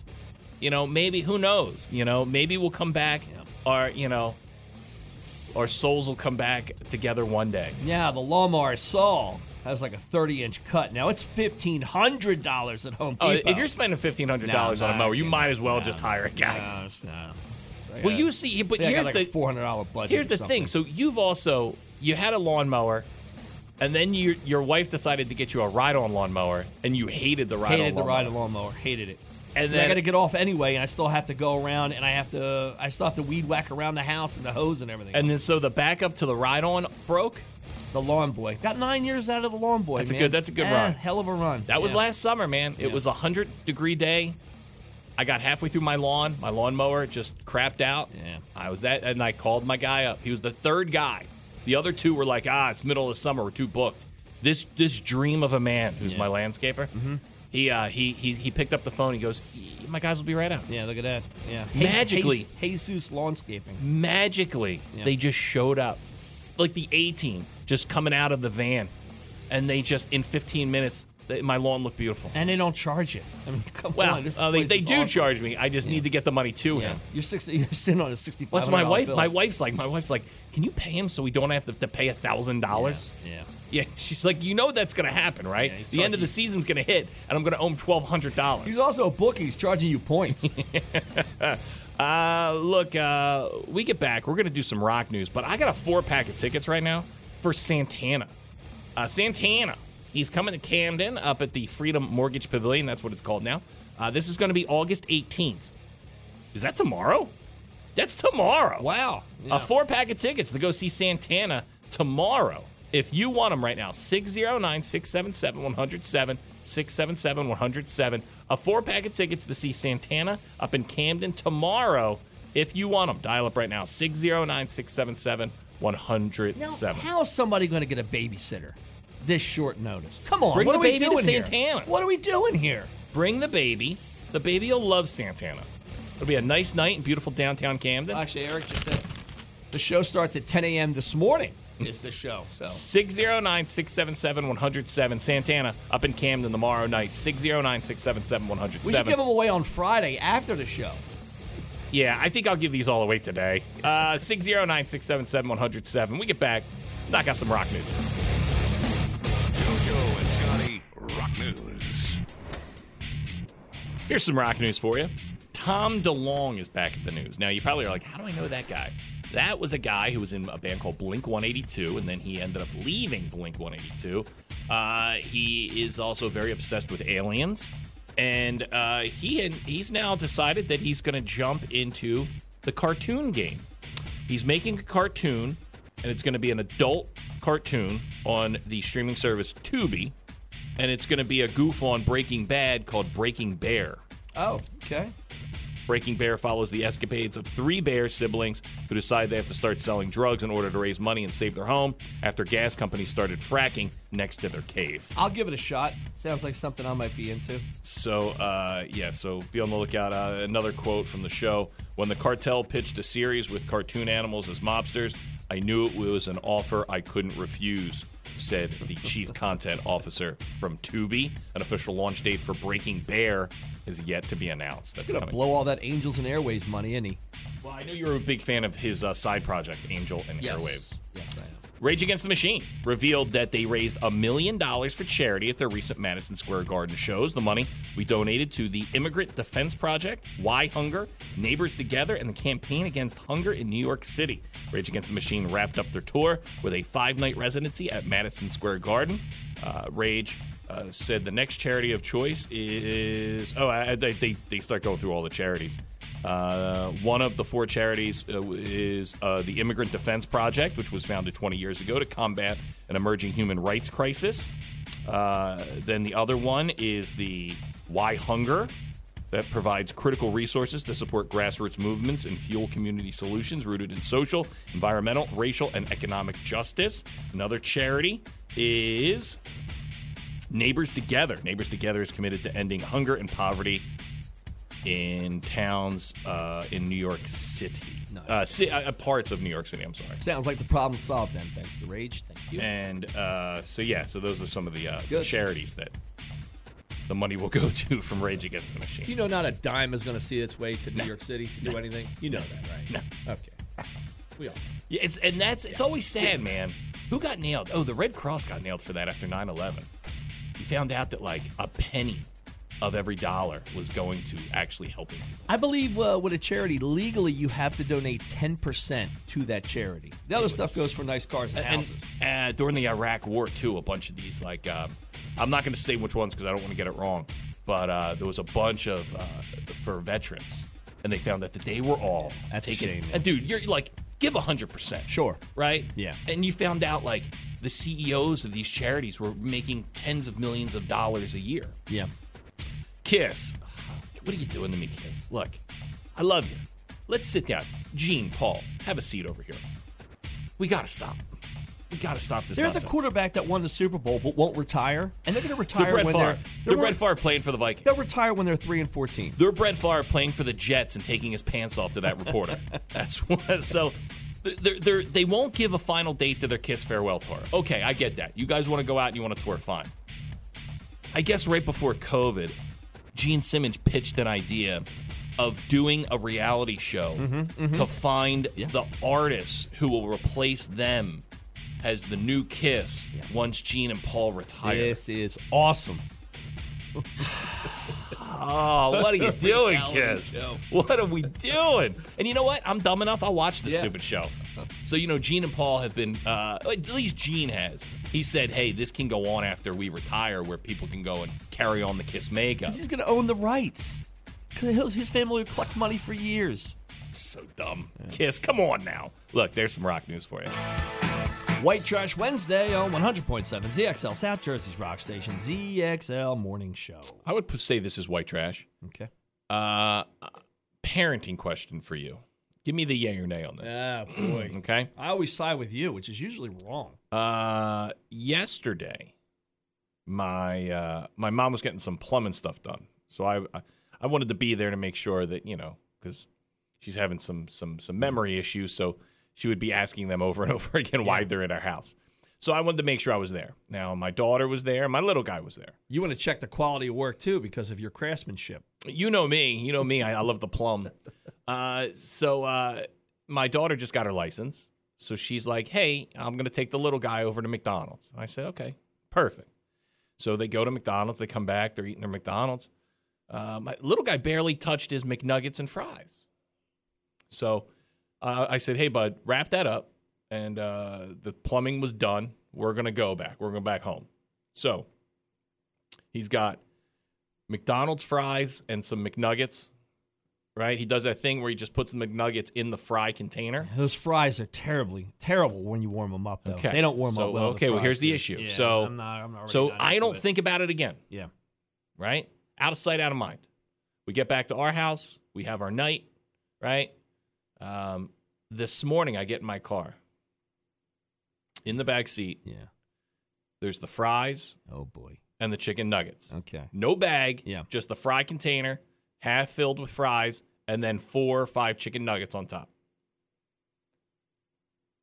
[SPEAKER 1] You know. Maybe who knows. You know. Maybe we'll come back. Our you know. Our souls will come back together one day.
[SPEAKER 2] Yeah, the lawnmower I saw has like a 30 inch cut. Now it's $1,500 at Home
[SPEAKER 1] Oh,
[SPEAKER 2] Depot.
[SPEAKER 1] if you're spending fifteen hundred dollars
[SPEAKER 2] No,
[SPEAKER 1] on a
[SPEAKER 2] no,
[SPEAKER 1] mower, you
[SPEAKER 2] you-
[SPEAKER 1] might as well just hire a guy.
[SPEAKER 2] No, it's not. It's- I
[SPEAKER 1] Well,
[SPEAKER 2] gotta-
[SPEAKER 1] you see, but
[SPEAKER 2] I think
[SPEAKER 1] here's
[SPEAKER 2] I got like
[SPEAKER 1] the
[SPEAKER 2] a $400 budget.
[SPEAKER 1] here's
[SPEAKER 2] or
[SPEAKER 1] the
[SPEAKER 2] something.
[SPEAKER 1] thing. So you've also you had a lawnmower, and then your your wife decided to get you a ride-on lawnmower, and you hated the ride-on.
[SPEAKER 2] hated the
[SPEAKER 1] lawnmower.
[SPEAKER 2] ride a lawnmower. Hated it.
[SPEAKER 1] And
[SPEAKER 2] And
[SPEAKER 1] then-
[SPEAKER 2] then I got to get off anyway, and I still have to go around, and I have to, I still have to weed whack around the house and the hose and everything.
[SPEAKER 1] And then so the backup to the ride-on broke.
[SPEAKER 2] the lawn boy got nine years out of the lawn boy.
[SPEAKER 1] That's a
[SPEAKER 2] man.
[SPEAKER 1] good- that's a good
[SPEAKER 2] Ah,
[SPEAKER 1] run.
[SPEAKER 2] Hell of a run.
[SPEAKER 1] That was
[SPEAKER 2] Yeah.
[SPEAKER 1] last summer, man. It was a hundred degree day. I got halfway through my lawn. My lawnmower just crapped out.
[SPEAKER 2] Yeah.
[SPEAKER 1] I was that, and I called my guy up. He was the third guy The other two were like, ah, it's middle of the summer, we're too booked. This this dream of a man who's my landscaper,
[SPEAKER 2] Mm-hmm.
[SPEAKER 1] he uh he, he he picked up the phone. He goes, "Y- my guys will be right out.
[SPEAKER 2] Yeah, look at that. Yeah.
[SPEAKER 1] Magically.
[SPEAKER 2] Jesus, Jesus Lawnscaping.
[SPEAKER 1] Magically,
[SPEAKER 2] Yeah.
[SPEAKER 1] they just showed up, like the A team just coming out of the van, and they just in 15 minutes, they, my lawn looked beautiful.
[SPEAKER 2] And they don't charge you. I mean, <laughs> come
[SPEAKER 1] Well,
[SPEAKER 2] on. This
[SPEAKER 1] uh, they,
[SPEAKER 2] place
[SPEAKER 1] they
[SPEAKER 2] is
[SPEAKER 1] do
[SPEAKER 2] awesome.
[SPEAKER 1] charge me. I just need to get the money to
[SPEAKER 2] Yeah.
[SPEAKER 1] him.
[SPEAKER 2] You're, 60, <laughs> you're sitting on a 65
[SPEAKER 1] What's my wife? My wife's like, my wife's like, can you pay him so we don't have to, to pay a thousand dollars?
[SPEAKER 2] Yeah.
[SPEAKER 1] Yeah, <laughs> she's like, you know that's gonna happen, right?
[SPEAKER 2] Yeah, he's
[SPEAKER 1] the end of
[SPEAKER 2] charging-
[SPEAKER 1] the season's gonna hit, and I'm gonna owe him twelve hundred dollars.
[SPEAKER 2] He's also a bookie. He's charging you
[SPEAKER 1] <laughs>
[SPEAKER 2] points.
[SPEAKER 1] Uh, look, uh, we get back. We're gonna do some rock news, but I got a four pack of tickets right now for Santana. Uh, Santana, he's coming to Camden up at the Freedom Mortgage Pavilion. That's what it's called now. Uh, this is gonna be August 18th. Is that tomorrow? That's tomorrow.
[SPEAKER 2] wow.
[SPEAKER 1] A four pack of tickets to go see Santana tomorrow. If you want them right now, 609 677 107, 677 107. A four pack of tickets to see Santana up in Camden tomorrow. If you want them, dial up right now, 609 677
[SPEAKER 2] Now,
[SPEAKER 1] 107.
[SPEAKER 2] how's somebody going to get a babysitter this short notice? Come on,
[SPEAKER 1] Bring
[SPEAKER 2] what
[SPEAKER 1] the
[SPEAKER 2] are
[SPEAKER 1] baby
[SPEAKER 2] we
[SPEAKER 1] to
[SPEAKER 2] doing here?
[SPEAKER 1] Santana.
[SPEAKER 2] What are we doing here?
[SPEAKER 1] Bring the baby. The baby will love Santana. It'll be a nice night in beautiful downtown Camden.
[SPEAKER 2] Actually, Eric just said the show starts at 10 a.m. this morning. Is the show so?
[SPEAKER 1] 609 677 107. Santana up in Camden tomorrow night. 609 677 107.
[SPEAKER 2] We should give them away on Friday after the show.
[SPEAKER 1] Yeah, I think I'll give these all away today. Uh, 609 677 107. We get back, knock out some rock news.
[SPEAKER 4] JoJo and Scotty Rock News.
[SPEAKER 1] Here's some rock news for you. Tom DeLong is back at the news. Now, you probably are like, how do I know that guy? That was a guy who was in a band called Blink 182, and then he ended up leaving Blink 182. Uh, he is also very obsessed with aliens, and uh, he and he's now decided that he's going to jump into the cartoon game. He's making a cartoon, and it's going to be an adult cartoon on the streaming service Tubi, and it's going to be a goof on Breaking Bad called Breaking Bear.
[SPEAKER 2] Oh, okay.
[SPEAKER 1] Breaking Bear follows the escapades of three bear siblings who decide they have to start selling drugs in order to raise money and save their home after gas companies started fracking next to their cave.
[SPEAKER 2] I'll give it a shot. Sounds like something I might be into.
[SPEAKER 1] So, uh, yeah, so be on the lookout. Uh, another quote from the show When the cartel pitched a series with cartoon animals as mobsters, I knew it was an offer I couldn't refuse, said the chief content officer from Tubi. An official launch date for Breaking Bear is yet to be announced. That's
[SPEAKER 2] Gonna
[SPEAKER 1] coming.
[SPEAKER 2] blow all that Angels and Airways money, isn't he?
[SPEAKER 1] Well, I know you were a big fan of his uh, side project, Angel and Airwaves.
[SPEAKER 2] Yes, I am.
[SPEAKER 1] Rage Against the Machine revealed that they raised a million dollars for charity at their recent Madison Square Garden shows. The money we donated to the Immigrant Defense Project, Why Hunger, Neighbors Together, and the Campaign Against Hunger in New York City. Rage Against the Machine wrapped up their tour with a five night residency at Madison Square Garden. Uh, Rage uh, said the next charity of choice is. Oh, I, I- they, they, they start going through all the charities. Uh, one of the four charities uh, is uh, the Immigrant Defense Project, which was founded 20 years ago to combat an emerging human rights crisis. Uh, then the other one is the Why Hunger, that provides critical resources to support grassroots movements and fuel community solutions rooted in social, environmental, racial, and economic justice. Another charity is Neighbors Together. Neighbors Together is committed to ending hunger and poverty in towns uh, in New York City. Uh, ci- uh, parts of New York City, I'm sorry.
[SPEAKER 2] Sounds like the problem solved then, thanks to Rage. Thank you.
[SPEAKER 1] And uh, so, yeah, so those are some of the uh,
[SPEAKER 2] Good.
[SPEAKER 1] charities that the money will go <laughs> to from Rage Against the Machine.
[SPEAKER 2] You know, not a dime is going to see its way to New York City to do anything. You know that, right?
[SPEAKER 1] No.
[SPEAKER 2] Okay. We all.
[SPEAKER 1] Yeah, it's and that's it's always sad, man. Who got nailed? Oh, the Red Cross got nailed for that after 9/11. You found out that like a penny of every dollar was going to actually helping people.
[SPEAKER 2] I believe uh, with a charity, legally you have to donate 10% to that charity. The other stuff goes for nice cars and, houses.
[SPEAKER 1] And uh, during the Iraq War too, a bunch of these like um, I'm not going to say which ones because I don't want to get it wrong, but uh, there was a bunch of uh, for veterans, and they found out that they were all
[SPEAKER 2] That's a
[SPEAKER 1] taking.
[SPEAKER 2] shame, man.
[SPEAKER 1] and dude, you're like give hundred percent,
[SPEAKER 2] Sure.
[SPEAKER 1] right?
[SPEAKER 2] Yeah.
[SPEAKER 1] And you found out like the CEOs of these charities were making tens of millions of dollars a year.
[SPEAKER 2] Yeah.
[SPEAKER 1] Kiss. What are you doing to me, Kiss? Look, I love you. Let's sit down. Gene, Paul, have a seat over here. We got to stop. We gotta stop this.
[SPEAKER 2] They're
[SPEAKER 1] nonsense.
[SPEAKER 2] the quarterback that won the Super Bowl but won't retire, and they're going to
[SPEAKER 1] They're
[SPEAKER 2] retire
[SPEAKER 1] Brett
[SPEAKER 2] when
[SPEAKER 1] Favre.
[SPEAKER 2] they're,
[SPEAKER 1] They're
[SPEAKER 2] they're
[SPEAKER 1] Brett Favre playing for the Vikings.
[SPEAKER 2] They'll retire when they're three and fourteen.
[SPEAKER 1] They're Brett Favre playing for the Jets and taking his pants off to that reporter. That's what. So they're, they're, they won't give a final date to their Kiss farewell tour. Okay, I get that. You guys want to go out and you want to tour, fine. I guess right before COVID, Gene Simmons pitched an idea of doing a reality show to find the artists who will replace them as the new Kiss once Gene and Paul retire.
[SPEAKER 2] This is awesome.
[SPEAKER 1] Oh, what are you doing,
[SPEAKER 2] reality
[SPEAKER 1] kids?
[SPEAKER 2] show.
[SPEAKER 1] What are we doing? And you know what? I'm dumb enough. I'll watch this
[SPEAKER 2] Yeah.
[SPEAKER 1] stupid show. So, you know, Gene and Paul have been, uh, at least Gene has. He said, hey, this can go on after we retire where people can go and carry on the Kiss makeup.
[SPEAKER 2] He's going to own the rights. 'Cause his- His family will collect money for years.
[SPEAKER 1] so dumb. Kiss, come on now. Look, there's some rock news for you.
[SPEAKER 2] White Trash Wednesday on 100.7 ZXL, South Jersey's rock station, ZXL Morning Show.
[SPEAKER 1] I would say this is white trash.
[SPEAKER 2] Okay.
[SPEAKER 1] Uh, parenting question for you. Give me the yay or nay on this.
[SPEAKER 2] Ah, boy.
[SPEAKER 1] <clears throat> Okay.
[SPEAKER 2] I always side with you, which is usually wrong.
[SPEAKER 1] Uh, yesterday, my uh, my mom was getting some plumbing stuff done, so I I, I wanted to be there to make sure that you know because she's having some some some memory issues, so she would be asking them over and <laughs> over again why they're in our house. So I wanted to make sure I was there. Now my daughter was there, my little guy was there.
[SPEAKER 2] You want to check the quality of work, too, because of your craftsmanship.
[SPEAKER 1] You know me, you know me. I, I love the plum. Uh, so uh, my daughter just got her license, so she's like, "Hey, I'm gonna take the little guy over to McDonald's." And I said, "Okay, perfect." So they go to McDonald's. They come back. They're eating their McDonald's. Uh, my little guy barely touched his McNuggets and fries. So uh, I said, "Hey, bud, wrap that up." And uh, the plumbing was done. We're gonna go back. We're going back home. So he's got McDonald's fries and some McNuggets. Right? He does that thing where he just puts the McNuggets in the fry container.
[SPEAKER 2] Those fries are terribly, terrible when you warm them up, though.
[SPEAKER 1] Okay.
[SPEAKER 2] They don't warm
[SPEAKER 1] So,
[SPEAKER 2] up well.
[SPEAKER 1] okay, well, here's the
[SPEAKER 2] do.
[SPEAKER 1] issue.
[SPEAKER 2] Yeah,
[SPEAKER 1] So-
[SPEAKER 2] I'm not, I'm not
[SPEAKER 1] So
[SPEAKER 2] really not
[SPEAKER 1] I
[SPEAKER 2] into
[SPEAKER 1] don't
[SPEAKER 2] it.
[SPEAKER 1] think about it again.
[SPEAKER 2] Yeah.
[SPEAKER 1] right? Out of sight, out of mind. We get back to our house. We have our night, right? Um, this morning, I get in my car. In the back seat,
[SPEAKER 2] Yeah.
[SPEAKER 1] there's the fries
[SPEAKER 2] Oh, boy.
[SPEAKER 1] and the chicken nuggets.
[SPEAKER 2] Okay.
[SPEAKER 1] No bag,
[SPEAKER 2] Yeah.
[SPEAKER 1] just the fry container, half filled with fries, and then four or five chicken nuggets on top.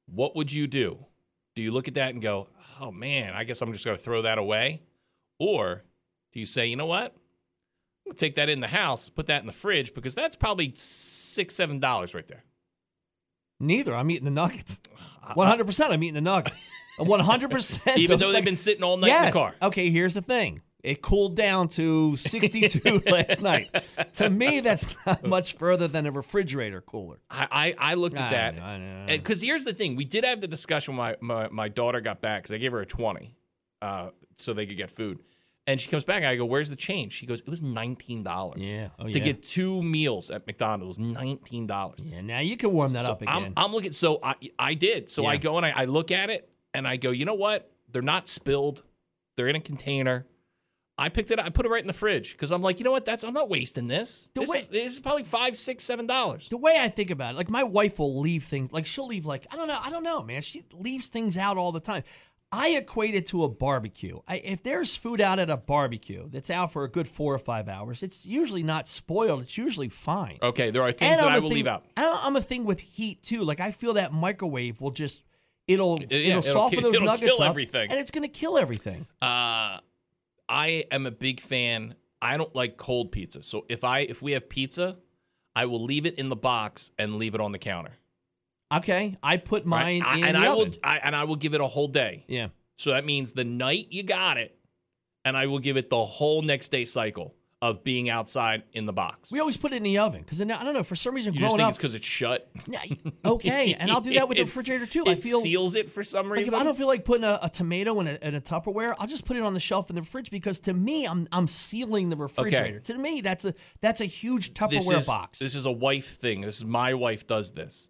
[SPEAKER 1] What would you do? Do you look at that and go, oh man, I guess I'm just going to throw that away? Or do you say, you know what? I'm going to take that in the house, put that in the fridge because that's probably six, seven dollars right there.
[SPEAKER 2] Neither. I'm eating the
[SPEAKER 1] <sighs>
[SPEAKER 2] nuggets. 100% I'm eating the
[SPEAKER 1] <laughs>
[SPEAKER 2] nuggets. 100%.
[SPEAKER 1] Even
[SPEAKER 2] those
[SPEAKER 1] though they've
[SPEAKER 2] thing-
[SPEAKER 1] been sitting all night
[SPEAKER 2] yes.
[SPEAKER 1] in the car.
[SPEAKER 2] Okay, here's the thing. It cooled down to
[SPEAKER 1] <laughs>
[SPEAKER 2] 62 last night. To me, that's not much further than a refrigerator cooler.
[SPEAKER 1] I, I, I looked at
[SPEAKER 2] I
[SPEAKER 1] that.
[SPEAKER 2] know, I know, I know.
[SPEAKER 1] Because here's the thing. We did have the discussion when my, my, my daughter got back because I gave her a 20 uh, so they could get food. And she comes back and I go, Where's the change? She goes, It was $19.
[SPEAKER 2] Yeah. Oh,
[SPEAKER 1] to
[SPEAKER 2] yeah.
[SPEAKER 1] get two meals at McDonald's, $19.
[SPEAKER 2] Yeah, now you can warm that
[SPEAKER 1] So
[SPEAKER 2] up again.
[SPEAKER 1] I'm, I'm looking. So I, I did. So I
[SPEAKER 2] Yeah.
[SPEAKER 1] go and I, I look at it and I go, You know what? They're not spilled, they're in a container. I picked it. up. I put it right in the fridge because I'm like, you know what? That's I'm not wasting this.
[SPEAKER 2] The
[SPEAKER 1] This,
[SPEAKER 2] way-
[SPEAKER 1] is, this is probably five, six, seven dollars.
[SPEAKER 2] the way I think about it, like my wife will leave things, like she'll leave, like I don't know, I don't know, man. She leaves things out all the time. I equate it to a barbecue. I, if there's food out at a barbecue that's out for a good four or five hours, it's usually not spoiled. It's usually fine.
[SPEAKER 1] Okay, there are things that
[SPEAKER 2] I'm
[SPEAKER 1] I
[SPEAKER 2] a
[SPEAKER 1] will
[SPEAKER 2] thing-
[SPEAKER 1] leave out.
[SPEAKER 2] and I'm a thing with heat too. Like I feel that microwave will just it'll
[SPEAKER 1] yeah,
[SPEAKER 2] it'll,
[SPEAKER 1] it'll
[SPEAKER 2] soften
[SPEAKER 1] ki-
[SPEAKER 2] those
[SPEAKER 1] it'll
[SPEAKER 2] nuggets
[SPEAKER 1] kill
[SPEAKER 2] up,
[SPEAKER 1] everything.
[SPEAKER 2] and it's gonna kill everything.
[SPEAKER 1] Uh, I am a big fan. I don't like cold pizza. So if I if we have pizza, I will leave it in the box and leave it on the counter.
[SPEAKER 2] Okay, I put
[SPEAKER 1] right?
[SPEAKER 2] mine
[SPEAKER 1] I-
[SPEAKER 2] in
[SPEAKER 1] and
[SPEAKER 2] the
[SPEAKER 1] I
[SPEAKER 2] oven.
[SPEAKER 1] will I, and I will give it a whole day.
[SPEAKER 2] yeah,
[SPEAKER 1] So that means the night you got it, and I will give it the whole next day cycle of being outside in the box.
[SPEAKER 2] we always put it in the oven because I don't know for some reason
[SPEAKER 1] you just
[SPEAKER 2] growing
[SPEAKER 1] think
[SPEAKER 2] up
[SPEAKER 1] it's because it's shut.
[SPEAKER 2] Yeah, y- okay, and I'll do that with the
[SPEAKER 1] It's-
[SPEAKER 2] refrigerator too.
[SPEAKER 1] <laughs> It
[SPEAKER 2] I feel
[SPEAKER 1] seals it for some
[SPEAKER 2] like if
[SPEAKER 1] reason.
[SPEAKER 2] I don't feel like putting a, a tomato in a, in a Tupperware, I'll just put it on the shelf in the fridge because to me, I'm I'm sealing the refrigerator. To me, that's a that's a huge
[SPEAKER 1] this
[SPEAKER 2] Tupperware
[SPEAKER 1] is,
[SPEAKER 2] box.
[SPEAKER 1] This is a wife thing. This is my wife does this,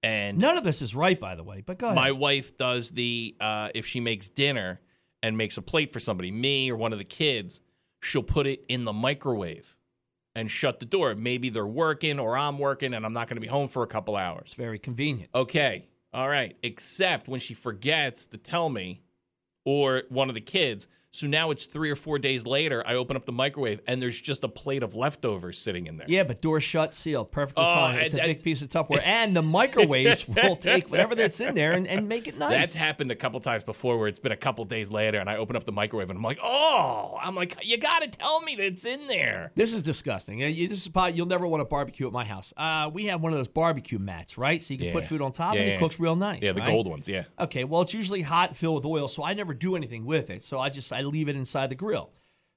[SPEAKER 1] and
[SPEAKER 2] None of this is right, by the way. But go ahead.
[SPEAKER 1] my wife does the uh, if she makes dinner and makes a plate for somebody, me or one of the kids, she'll put it in the microwave and shut the door. Maybe they're working or I'm working and I'm not going to be home for a couple hours.
[SPEAKER 2] it's very convenient.
[SPEAKER 1] Okay. Uh, All right. Except when she forgets to tell me or one of the kids. So now it's three or four days later. I open up the microwave and there's just a plate of leftovers sitting in there.
[SPEAKER 2] Yeah, but door shut, sealed, perfectly
[SPEAKER 1] Oh,
[SPEAKER 2] fine. It's a
[SPEAKER 1] I- I-
[SPEAKER 2] big piece of Tupperware, and the microwaves
[SPEAKER 1] <laughs>
[SPEAKER 2] will take whatever that's in there and, and make it nice.
[SPEAKER 1] That's happened a couple times before where it's been a couple days later and I open up the microwave and I'm like, oh, I'm like, you got to tell me that it's in there.
[SPEAKER 2] This is disgusting. Uh, you- This is probably, you'll never want to barbecue at my house. Uh, we have one of those barbecue mats, right? So you can put
[SPEAKER 1] Yeah.
[SPEAKER 2] food on top
[SPEAKER 1] Yeah,
[SPEAKER 2] and it
[SPEAKER 1] yeah.
[SPEAKER 2] cooks real nice.
[SPEAKER 1] Yeah, the
[SPEAKER 2] right?
[SPEAKER 1] gold ones. Yeah.
[SPEAKER 2] Okay, well, it's usually hot and filled with oil, so I never do anything with it. So I just I leave it inside the grill.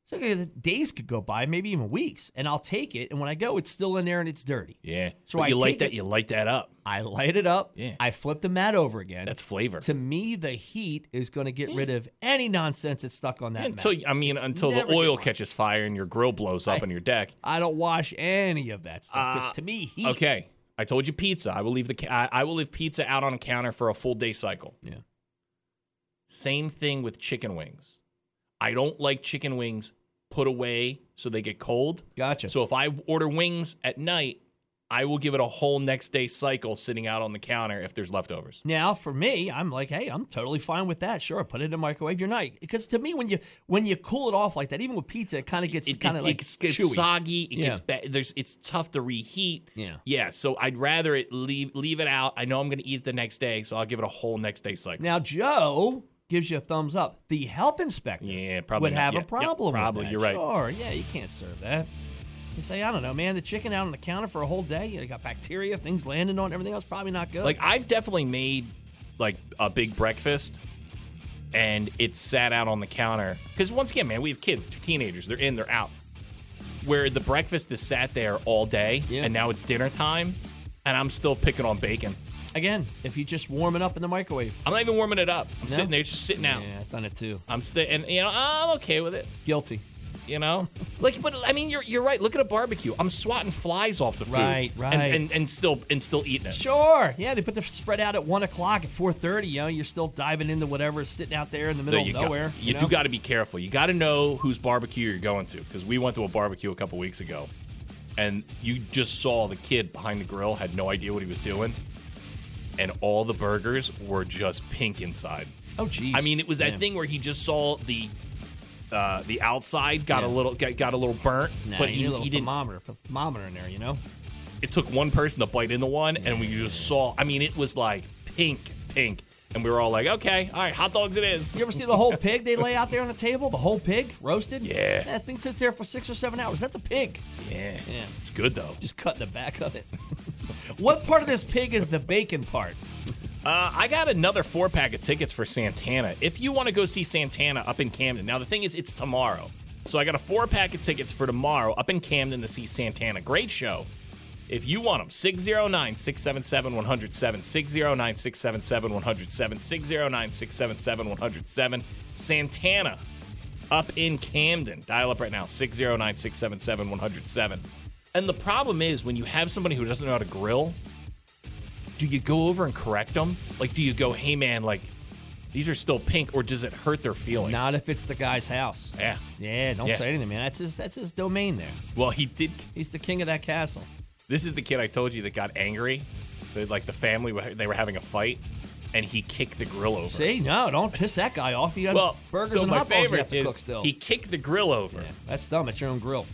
[SPEAKER 2] So okay, the days could go by, maybe even weeks, and I'll take it. And when I go, it's still in there and it's dirty.
[SPEAKER 1] Yeah.
[SPEAKER 2] So
[SPEAKER 1] So
[SPEAKER 2] I
[SPEAKER 1] you
[SPEAKER 2] take
[SPEAKER 1] light that.
[SPEAKER 2] it-
[SPEAKER 1] You light that up.
[SPEAKER 2] I light it up.
[SPEAKER 1] Yeah.
[SPEAKER 2] I flip the mat over again.
[SPEAKER 1] That's flavor.
[SPEAKER 2] to me, the heat is going to get rid of any nonsense that's stuck on that
[SPEAKER 1] until
[SPEAKER 2] mat.
[SPEAKER 1] I mean,
[SPEAKER 2] It's
[SPEAKER 1] until the
[SPEAKER 2] never
[SPEAKER 1] oil
[SPEAKER 2] getting-
[SPEAKER 1] catches fire and your grill blows up on your deck.
[SPEAKER 2] I don't wash any of that stuff. 'cause
[SPEAKER 1] Uh,
[SPEAKER 2] to me, heat.
[SPEAKER 1] Okay, I told you pizza. I will leave the ca- I, I will leave pizza out on a counter for a full day cycle.
[SPEAKER 2] Yeah.
[SPEAKER 1] Same thing with chicken wings. I don't like chicken wings put away so they get cold.
[SPEAKER 2] Gotcha.
[SPEAKER 1] So if I order wings at night, I will give it a whole next day cycle sitting out on the counter if there's leftovers.
[SPEAKER 2] Now, for me, I'm like, hey, I'm totally fine with that. Sure, put it in the microwave. You're not because to me, when you when you cool it off like that, even with pizza, it kind of gets
[SPEAKER 1] It-
[SPEAKER 2] kind of
[SPEAKER 1] it
[SPEAKER 2] like
[SPEAKER 1] gets, gets
[SPEAKER 2] chewy.
[SPEAKER 1] soggy. It
[SPEAKER 2] Yeah.
[SPEAKER 1] gets bad. There's it's tough to reheat.
[SPEAKER 2] Yeah.
[SPEAKER 1] Yeah. So I'd rather it leave leave it out. I know I'm gonna eat it the next day, so I'll give it a whole next day cycle.
[SPEAKER 2] Now, Joe gives you a thumbs up. The health inspector,
[SPEAKER 1] Yeah, probably
[SPEAKER 2] would
[SPEAKER 1] not
[SPEAKER 2] have
[SPEAKER 1] yet.
[SPEAKER 2] a
[SPEAKER 1] Yep,
[SPEAKER 2] problem.
[SPEAKER 1] probably,
[SPEAKER 2] with that.
[SPEAKER 1] you're right.
[SPEAKER 2] Sure, yeah, you can't serve that. You say, I don't know, man. The chicken out on the counter for a whole day. You got bacteria, things landing on it, everything else. Probably not good.
[SPEAKER 1] Like I've definitely made like a big breakfast and it sat out on the counter. Because once again, man, we have kids, they're teenagers, they're in, they're out. Where the breakfast is sat there all day
[SPEAKER 2] Yeah.
[SPEAKER 1] and now it's dinner time and I'm still picking on bacon.
[SPEAKER 2] again, if you just warm it up in the microwave.
[SPEAKER 1] I'm not even warming it up. I'm
[SPEAKER 2] No?
[SPEAKER 1] sitting there, it's just sitting out.
[SPEAKER 2] Yeah, I've done it too.
[SPEAKER 1] I'm still and you know, I'm okay with it.
[SPEAKER 2] Guilty.
[SPEAKER 1] You
[SPEAKER 2] <laughs>
[SPEAKER 1] know? Like but I mean you're you're right. Look at a barbecue. I'm swatting flies off the food.
[SPEAKER 2] Right, right.
[SPEAKER 1] And and, and still and still eating it.
[SPEAKER 2] Sure. Yeah, they put the spread out at one o'clock at four thirty. You know, you're still diving into whatever is sitting out there in the middle
[SPEAKER 1] There you
[SPEAKER 2] of
[SPEAKER 1] go.
[SPEAKER 2] nowhere.
[SPEAKER 1] You, do got to be careful. You got to know whose barbecue you're going to because we went to a barbecue a couple weeks ago, and you just saw the kid behind the grill had no idea what he was doing, and all the burgers were just pink inside.
[SPEAKER 2] Oh, geez.
[SPEAKER 1] I mean, it was that
[SPEAKER 2] Yeah.
[SPEAKER 1] thing where he just saw the. Uh, the outside got a
[SPEAKER 2] Yeah.
[SPEAKER 1] little got, got a little burnt,
[SPEAKER 2] Nah,
[SPEAKER 1] but
[SPEAKER 2] you
[SPEAKER 1] he,
[SPEAKER 2] need a little
[SPEAKER 1] he didn't.
[SPEAKER 2] thermometer, put a thermometer in there, you know.
[SPEAKER 1] It took one person to bite into one, and we just saw. I mean, it was like pink, pink, and we were all like, "Okay, all right, hot dogs, it is."
[SPEAKER 2] You ever see the whole pig they lay out there on the table? The whole pig roasted.
[SPEAKER 1] Yeah.
[SPEAKER 2] that thing sits there for six or seven hours. That's a pig.
[SPEAKER 1] Yeah,
[SPEAKER 2] Yeah.
[SPEAKER 1] it's good though.
[SPEAKER 2] Just cutting the back of it. <laughs> what part of this pig is the bacon part?
[SPEAKER 1] Uh, I got another four pack of tickets for Santana. If you want to go see Santana up in Camden, now the thing is, it's tomorrow. So I got a four pack of tickets for tomorrow up in Camden to see Santana. Great show. If you want them, 609 677 107. 609 677 107. 609 677 107. Santana up in Camden. Dial up right now, 609 677 107. And the problem is, when you have somebody who doesn't know how to grill, do you go over and correct them? Like, do you go, hey man, like these are still pink, or does it hurt their feelings?
[SPEAKER 2] Not if it's the guy's house.
[SPEAKER 1] Yeah.
[SPEAKER 2] Yeah, don't
[SPEAKER 1] Yeah.
[SPEAKER 2] say anything, man. That's his. That's his domain there.
[SPEAKER 1] Well, he did.
[SPEAKER 2] He's the king of that castle.
[SPEAKER 1] This is the kid I told you that got angry. They- like the family, they were having a fight, and he kicked the grill over.
[SPEAKER 2] See, no, don't piss that guy off. You got
[SPEAKER 1] Well,
[SPEAKER 2] burgers
[SPEAKER 1] so
[SPEAKER 2] and
[SPEAKER 1] my
[SPEAKER 2] hot dogs you
[SPEAKER 1] favorite
[SPEAKER 2] have to
[SPEAKER 1] is
[SPEAKER 2] cook still.
[SPEAKER 1] he kicked the grill over.
[SPEAKER 2] Yeah, that's dumb. It's your own grill.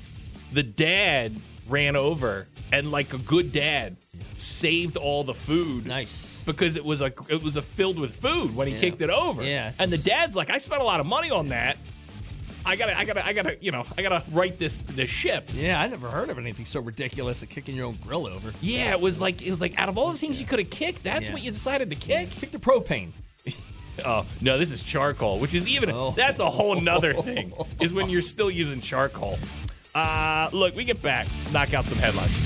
[SPEAKER 1] The dad ran over and, like a good dad, saved all the food.
[SPEAKER 2] Nice.
[SPEAKER 1] because it was a it was a filled with food when he
[SPEAKER 2] Yeah.
[SPEAKER 1] kicked it over.
[SPEAKER 2] Yeah, it's
[SPEAKER 1] and the
[SPEAKER 2] just-
[SPEAKER 1] dad's like, I spent a lot of money on that. I gotta, I gotta, I gotta, you know, I gotta right this this ship.
[SPEAKER 2] Yeah, I never heard of anything so ridiculous as kicking your own grill over.
[SPEAKER 1] Yeah, it was like it was like out of all the things you could have kicked, that's
[SPEAKER 2] Yeah.
[SPEAKER 1] what you decided to kick.
[SPEAKER 2] Kick the propane.
[SPEAKER 1] Oh no, this is charcoal, which is even
[SPEAKER 2] Oh.
[SPEAKER 1] that's a whole
[SPEAKER 2] <laughs>
[SPEAKER 1] nother thing. Is when you're still using charcoal. Uh, look, we get back, knock out some headlines.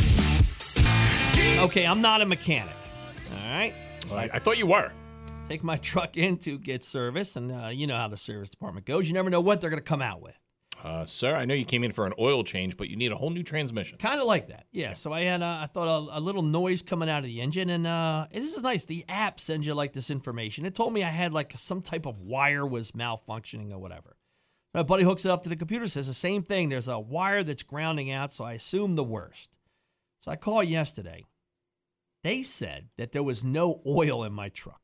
[SPEAKER 2] Okay, I'm not a mechanic. All right.
[SPEAKER 1] I, I thought you were.
[SPEAKER 2] take my <laughs> truck in to get service, and uh, you know how the service department goes. You never know what they're going to come out with.
[SPEAKER 1] Uh, sir, I know you came in for an oil change, but you need a whole new transmission.
[SPEAKER 2] Kind of like that, yeah. So I had, uh, I thought a, a little noise coming out of the engine, and uh, this is nice. The app sends you like this information. It told me I had like some type of wire was malfunctioning or whatever. My buddy hooks it up to the computer, says the same thing. There's a wire that's grounding out, so I assume the worst. So I call yesterday. They said that there was no oil in my truck.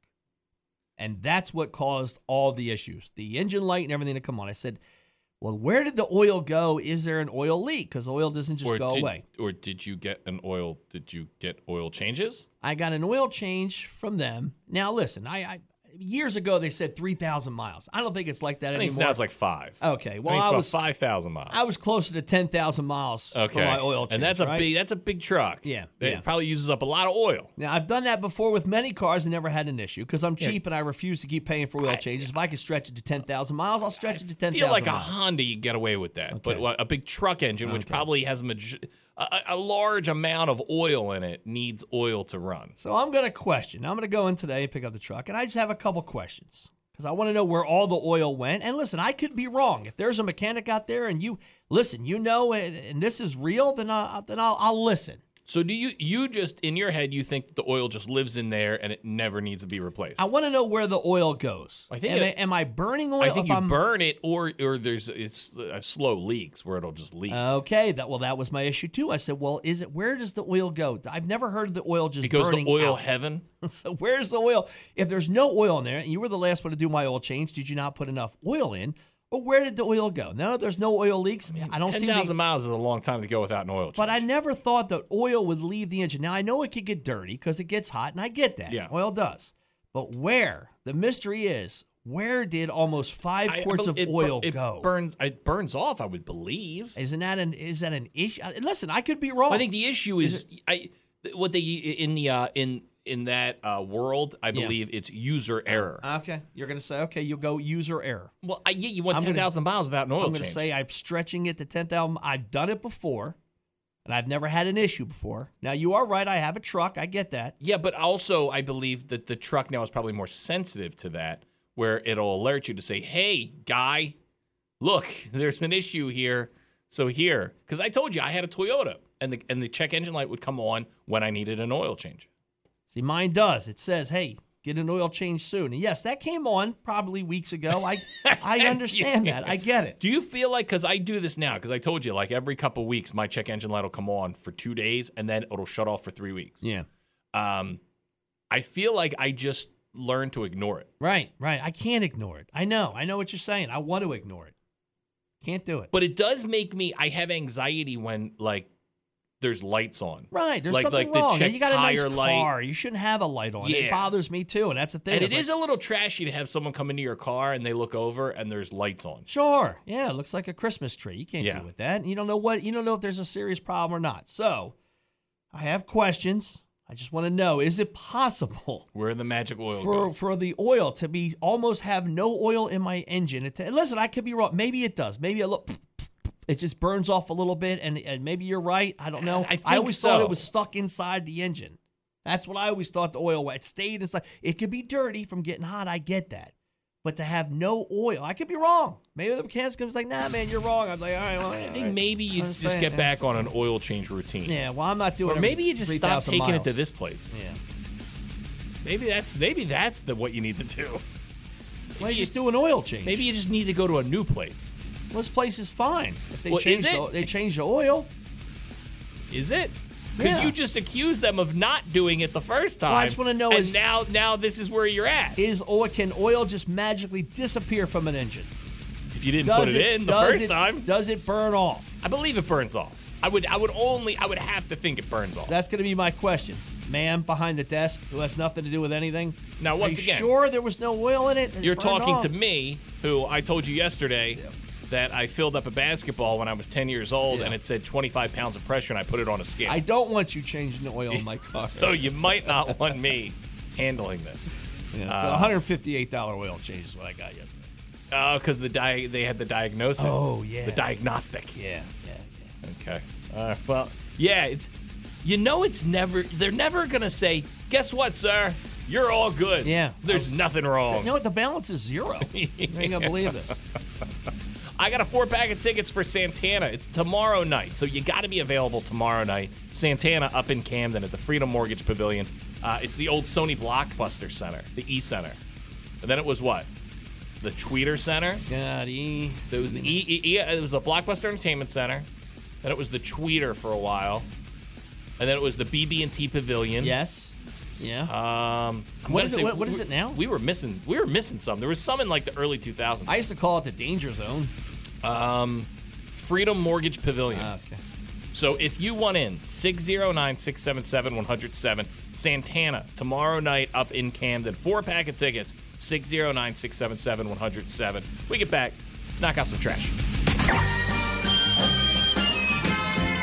[SPEAKER 2] And that's what caused all the issues the engine light and everything to come on. I said, Well, where did the oil go? Is there an oil leak? Because oil doesn't just go
[SPEAKER 1] did,
[SPEAKER 2] away.
[SPEAKER 1] Or did you get an oil? Did you get oil changes?
[SPEAKER 2] I got an oil change from them. Now, listen, I, I years ago they said 3,000 miles. I don't think it's like that
[SPEAKER 1] I think
[SPEAKER 2] anymore.
[SPEAKER 1] now it's like five.
[SPEAKER 2] Okay, well,
[SPEAKER 1] I, think it's
[SPEAKER 2] I
[SPEAKER 1] about
[SPEAKER 2] was-
[SPEAKER 1] five thousand miles.
[SPEAKER 2] I was closer to 10,000 miles for
[SPEAKER 1] okay.
[SPEAKER 2] my oil change.
[SPEAKER 1] and that's a
[SPEAKER 2] right?
[SPEAKER 1] big that's a big truck.
[SPEAKER 2] Yeah,
[SPEAKER 1] it
[SPEAKER 2] yeah.
[SPEAKER 1] probably uses up a lot of oil.
[SPEAKER 2] Now I've done that before with many cars and never had an issue because I'm cheap and I refuse to keep paying for oil changes. if I can stretch it to ten thousand miles, I'll stretch it to ten
[SPEAKER 1] I feel
[SPEAKER 2] thousand.
[SPEAKER 1] like a
[SPEAKER 2] miles.
[SPEAKER 1] Honda, you get away with that, but what- a big truck engine, which probably has a, maj- a a- a large amount of oil in it, needs oil to run.
[SPEAKER 2] So I'm gonna question. I'm gonna go in today and pick up the truck, and I just have a couple questions because I want to know where all the oil went. And listen, I could be wrong. If there's a mechanic out there and you listen, you know, and, and this is real, then I, then I'll, I'll listen.
[SPEAKER 1] So do you you just in your head you think that the oil just lives in there and it never needs to be replaced?
[SPEAKER 2] I want to know where the oil goes.
[SPEAKER 1] I think
[SPEAKER 2] am,
[SPEAKER 1] it-
[SPEAKER 2] I, am I burning oil?
[SPEAKER 1] I think
[SPEAKER 2] if
[SPEAKER 1] you
[SPEAKER 2] I'm,
[SPEAKER 1] burn it, or or there's it's uh, slow leaks where it'll just leak.
[SPEAKER 2] Okay, that well, that was my issue too. I said, well, is it where does the oil go? I've never heard of the oil just
[SPEAKER 1] it goes to
[SPEAKER 2] burning
[SPEAKER 1] oil
[SPEAKER 2] out.
[SPEAKER 1] heaven.
[SPEAKER 2] <laughs> So where's the oil? If there's no oil in there, and you were the last one to do my oil change, did you not put enough oil in? Or where did the oil go? No, there's no oil leaks. I don't see
[SPEAKER 1] Ten
[SPEAKER 2] any.
[SPEAKER 1] thousand miles is a long time to go without an oil. Change.
[SPEAKER 2] But I never thought that oil would leave the engine. Now I know it could get dirty because it gets hot, and I get that.
[SPEAKER 1] Yeah.
[SPEAKER 2] Oil does. But where? The mystery is where did almost five
[SPEAKER 1] I-
[SPEAKER 2] quarts
[SPEAKER 1] but
[SPEAKER 2] of
[SPEAKER 1] it, bur-
[SPEAKER 2] oil
[SPEAKER 1] it
[SPEAKER 2] go?
[SPEAKER 1] burns. It burns off. I would believe.
[SPEAKER 2] Isn't that an is that an issue? Uh, Listen, I could be wrong.
[SPEAKER 1] I think the issue is, I th- what they in the uh, in in that uh, world. I
[SPEAKER 2] Yeah. Uh,
[SPEAKER 1] believe it's user error.
[SPEAKER 2] okay, you're gonna say okay, you'll go user error.
[SPEAKER 1] well, I, yeah, you went
[SPEAKER 2] I'm gonna-
[SPEAKER 1] ten thousand miles without an oil
[SPEAKER 2] I'm going to
[SPEAKER 1] change.
[SPEAKER 2] say I'm stretching it to 10,000. I've done it before, and I've never had an issue before. Now, you are right. I have a truck. I get that.
[SPEAKER 1] yeah, but also I believe that the truck now is probably more sensitive to that, where it'll alert you to say, "Hey, guy, look, <laughs> there's an issue here." So here, because I told you I had a Toyota, and the and the check engine light would come on when I needed an oil change.
[SPEAKER 2] See, mine does. It says, hey, get an oil change soon. And yes, that came on probably weeks ago.
[SPEAKER 1] <laughs>
[SPEAKER 2] I, I understand that. I get it.
[SPEAKER 1] Do you feel like because I do this now? Because I told you, like every couple weeks, my check engine light will come on for two days, and then it'll shut off for three weeks.
[SPEAKER 2] Yeah.
[SPEAKER 1] Um, I feel like I just learned to ignore it,
[SPEAKER 2] Right, right. I can't ignore it. I know. I know what you're saying. I want to ignore it. Can't do it.
[SPEAKER 1] but it does make me. I have anxiety when like there's lights on.
[SPEAKER 2] Right, there's
[SPEAKER 1] like
[SPEAKER 2] something
[SPEAKER 1] like the
[SPEAKER 2] wrong.
[SPEAKER 1] check
[SPEAKER 2] And you got a nice
[SPEAKER 1] tire light.
[SPEAKER 2] car. You shouldn't have a light on. It
[SPEAKER 1] Yeah.
[SPEAKER 2] bothers me too, and that's the thing.
[SPEAKER 1] And it
[SPEAKER 2] It's like-
[SPEAKER 1] is a little trashy to have someone come into your car and they look over and there's lights on.
[SPEAKER 2] Sure. Yeah, it looks like a Christmas tree. You can't
[SPEAKER 1] Yeah.
[SPEAKER 2] deal with that. You don't know what you don't know if there's a serious problem or not. So I have questions. I just want to know, is it possible
[SPEAKER 1] Where the magic oil
[SPEAKER 2] for,
[SPEAKER 1] goes.
[SPEAKER 2] for the oil to be almost have no oil in my engine? It, and listen, I could be wrong. Maybe it does. Maybe a little it just burns off a little bit and, and maybe you're right. I don't know.
[SPEAKER 1] I think
[SPEAKER 2] always thought
[SPEAKER 1] so.
[SPEAKER 2] it was stuck inside the engine. That's what I always thought the oil was. It stayed inside. It could be dirty from getting hot. I get that. But to have no oil, I could be wrong. Maybe the mechanic comes like, nah, man, you're wrong. I'm like, all right, well,
[SPEAKER 1] I think maybe you
[SPEAKER 2] I'm just
[SPEAKER 1] just
[SPEAKER 2] saying,
[SPEAKER 1] get
[SPEAKER 2] yeah.
[SPEAKER 1] back on an oil change routine.
[SPEAKER 2] Yeah, well, I'm not doing
[SPEAKER 1] Or
[SPEAKER 2] it.
[SPEAKER 1] maybe you just stop
[SPEAKER 2] 3,000
[SPEAKER 1] taking it
[SPEAKER 2] miles.
[SPEAKER 1] to this place.
[SPEAKER 2] Yeah.
[SPEAKER 1] Maybe that's maybe that's the what you need to do.
[SPEAKER 2] Why just do an oil change?
[SPEAKER 1] Maybe you just need to go to a new place.
[SPEAKER 2] this place is fine. If they
[SPEAKER 1] Well,
[SPEAKER 2] change
[SPEAKER 1] is it?
[SPEAKER 2] the, they change the oil.
[SPEAKER 1] Is it? Because
[SPEAKER 2] Yeah.
[SPEAKER 1] you just accused them of not doing it the first time.
[SPEAKER 2] I just wanna know
[SPEAKER 1] And
[SPEAKER 2] is-
[SPEAKER 1] now now this is where you're at.
[SPEAKER 2] Is oil can oil just magically disappear from an engine?
[SPEAKER 1] if you didn't
[SPEAKER 2] Does
[SPEAKER 1] put it, in the
[SPEAKER 2] does
[SPEAKER 1] first
[SPEAKER 2] it-
[SPEAKER 1] time,
[SPEAKER 2] Does it burn off?
[SPEAKER 1] I believe it burns off. I would I would only I would have to think it burns off.
[SPEAKER 2] That's going to be my question. Ma'am behind the desk who has nothing to do with anything.
[SPEAKER 1] Now, once
[SPEAKER 2] Are you
[SPEAKER 1] again-
[SPEAKER 2] sure there was no oil in it? It
[SPEAKER 1] you're
[SPEAKER 2] burned
[SPEAKER 1] talking
[SPEAKER 2] off.
[SPEAKER 1] to me, who I told you yesterday that I filled up a basketball when I was 10 years old,
[SPEAKER 2] Yeah.
[SPEAKER 1] and it said 25 pounds of pressure, and I put it on a scale.
[SPEAKER 2] I don't want you changing the oil in
[SPEAKER 1] <laughs>
[SPEAKER 2] my car.
[SPEAKER 1] so you might not want me handling this.
[SPEAKER 2] Yeah,
[SPEAKER 1] uh,
[SPEAKER 2] so $158 oil change is what I got you.
[SPEAKER 1] Oh, because the di- they had the diagnosis.
[SPEAKER 2] Oh, yeah.
[SPEAKER 1] the diagnostic.
[SPEAKER 2] Yeah, yeah, yeah.
[SPEAKER 1] Okay. All right. Well, yeah. It's you know it's never they're never gonna say guess what sir you're all good.
[SPEAKER 2] Yeah.
[SPEAKER 1] There's nothing wrong.
[SPEAKER 2] You know what? The balance is
[SPEAKER 1] <laughs>
[SPEAKER 2] zero. You're not going to believe this.
[SPEAKER 1] I got a four pack of tickets for Santana. It's tomorrow night, so you got to be available tomorrow night. Santana up in Camden at the Freedom Mortgage Pavilion. Uh, it's the old Sony Blockbuster Center, the E Center, and then it was what? The Tweeter Center.
[SPEAKER 2] God, E.
[SPEAKER 1] It was the e, E- E- it was the Blockbuster Entertainment Center. Then it was the Tweeter for a while. and then it was the BB&T Pavilion.
[SPEAKER 2] Yes. Yeah.
[SPEAKER 1] Um,
[SPEAKER 2] What
[SPEAKER 1] I'm gonna
[SPEAKER 2] is it-
[SPEAKER 1] say
[SPEAKER 2] what- what
[SPEAKER 1] we-
[SPEAKER 2] is it now?
[SPEAKER 1] We were missing. We were missing some. There was some in like the early 2000s.
[SPEAKER 2] I used to call it the danger zone.
[SPEAKER 1] Freedom Mortgage Pavilion.
[SPEAKER 2] Okay.
[SPEAKER 1] So if you want in, 609 677 107, Santana, tomorrow night up in Camden. Four pack of tickets, 609 677 107. We get back, knock out some trash.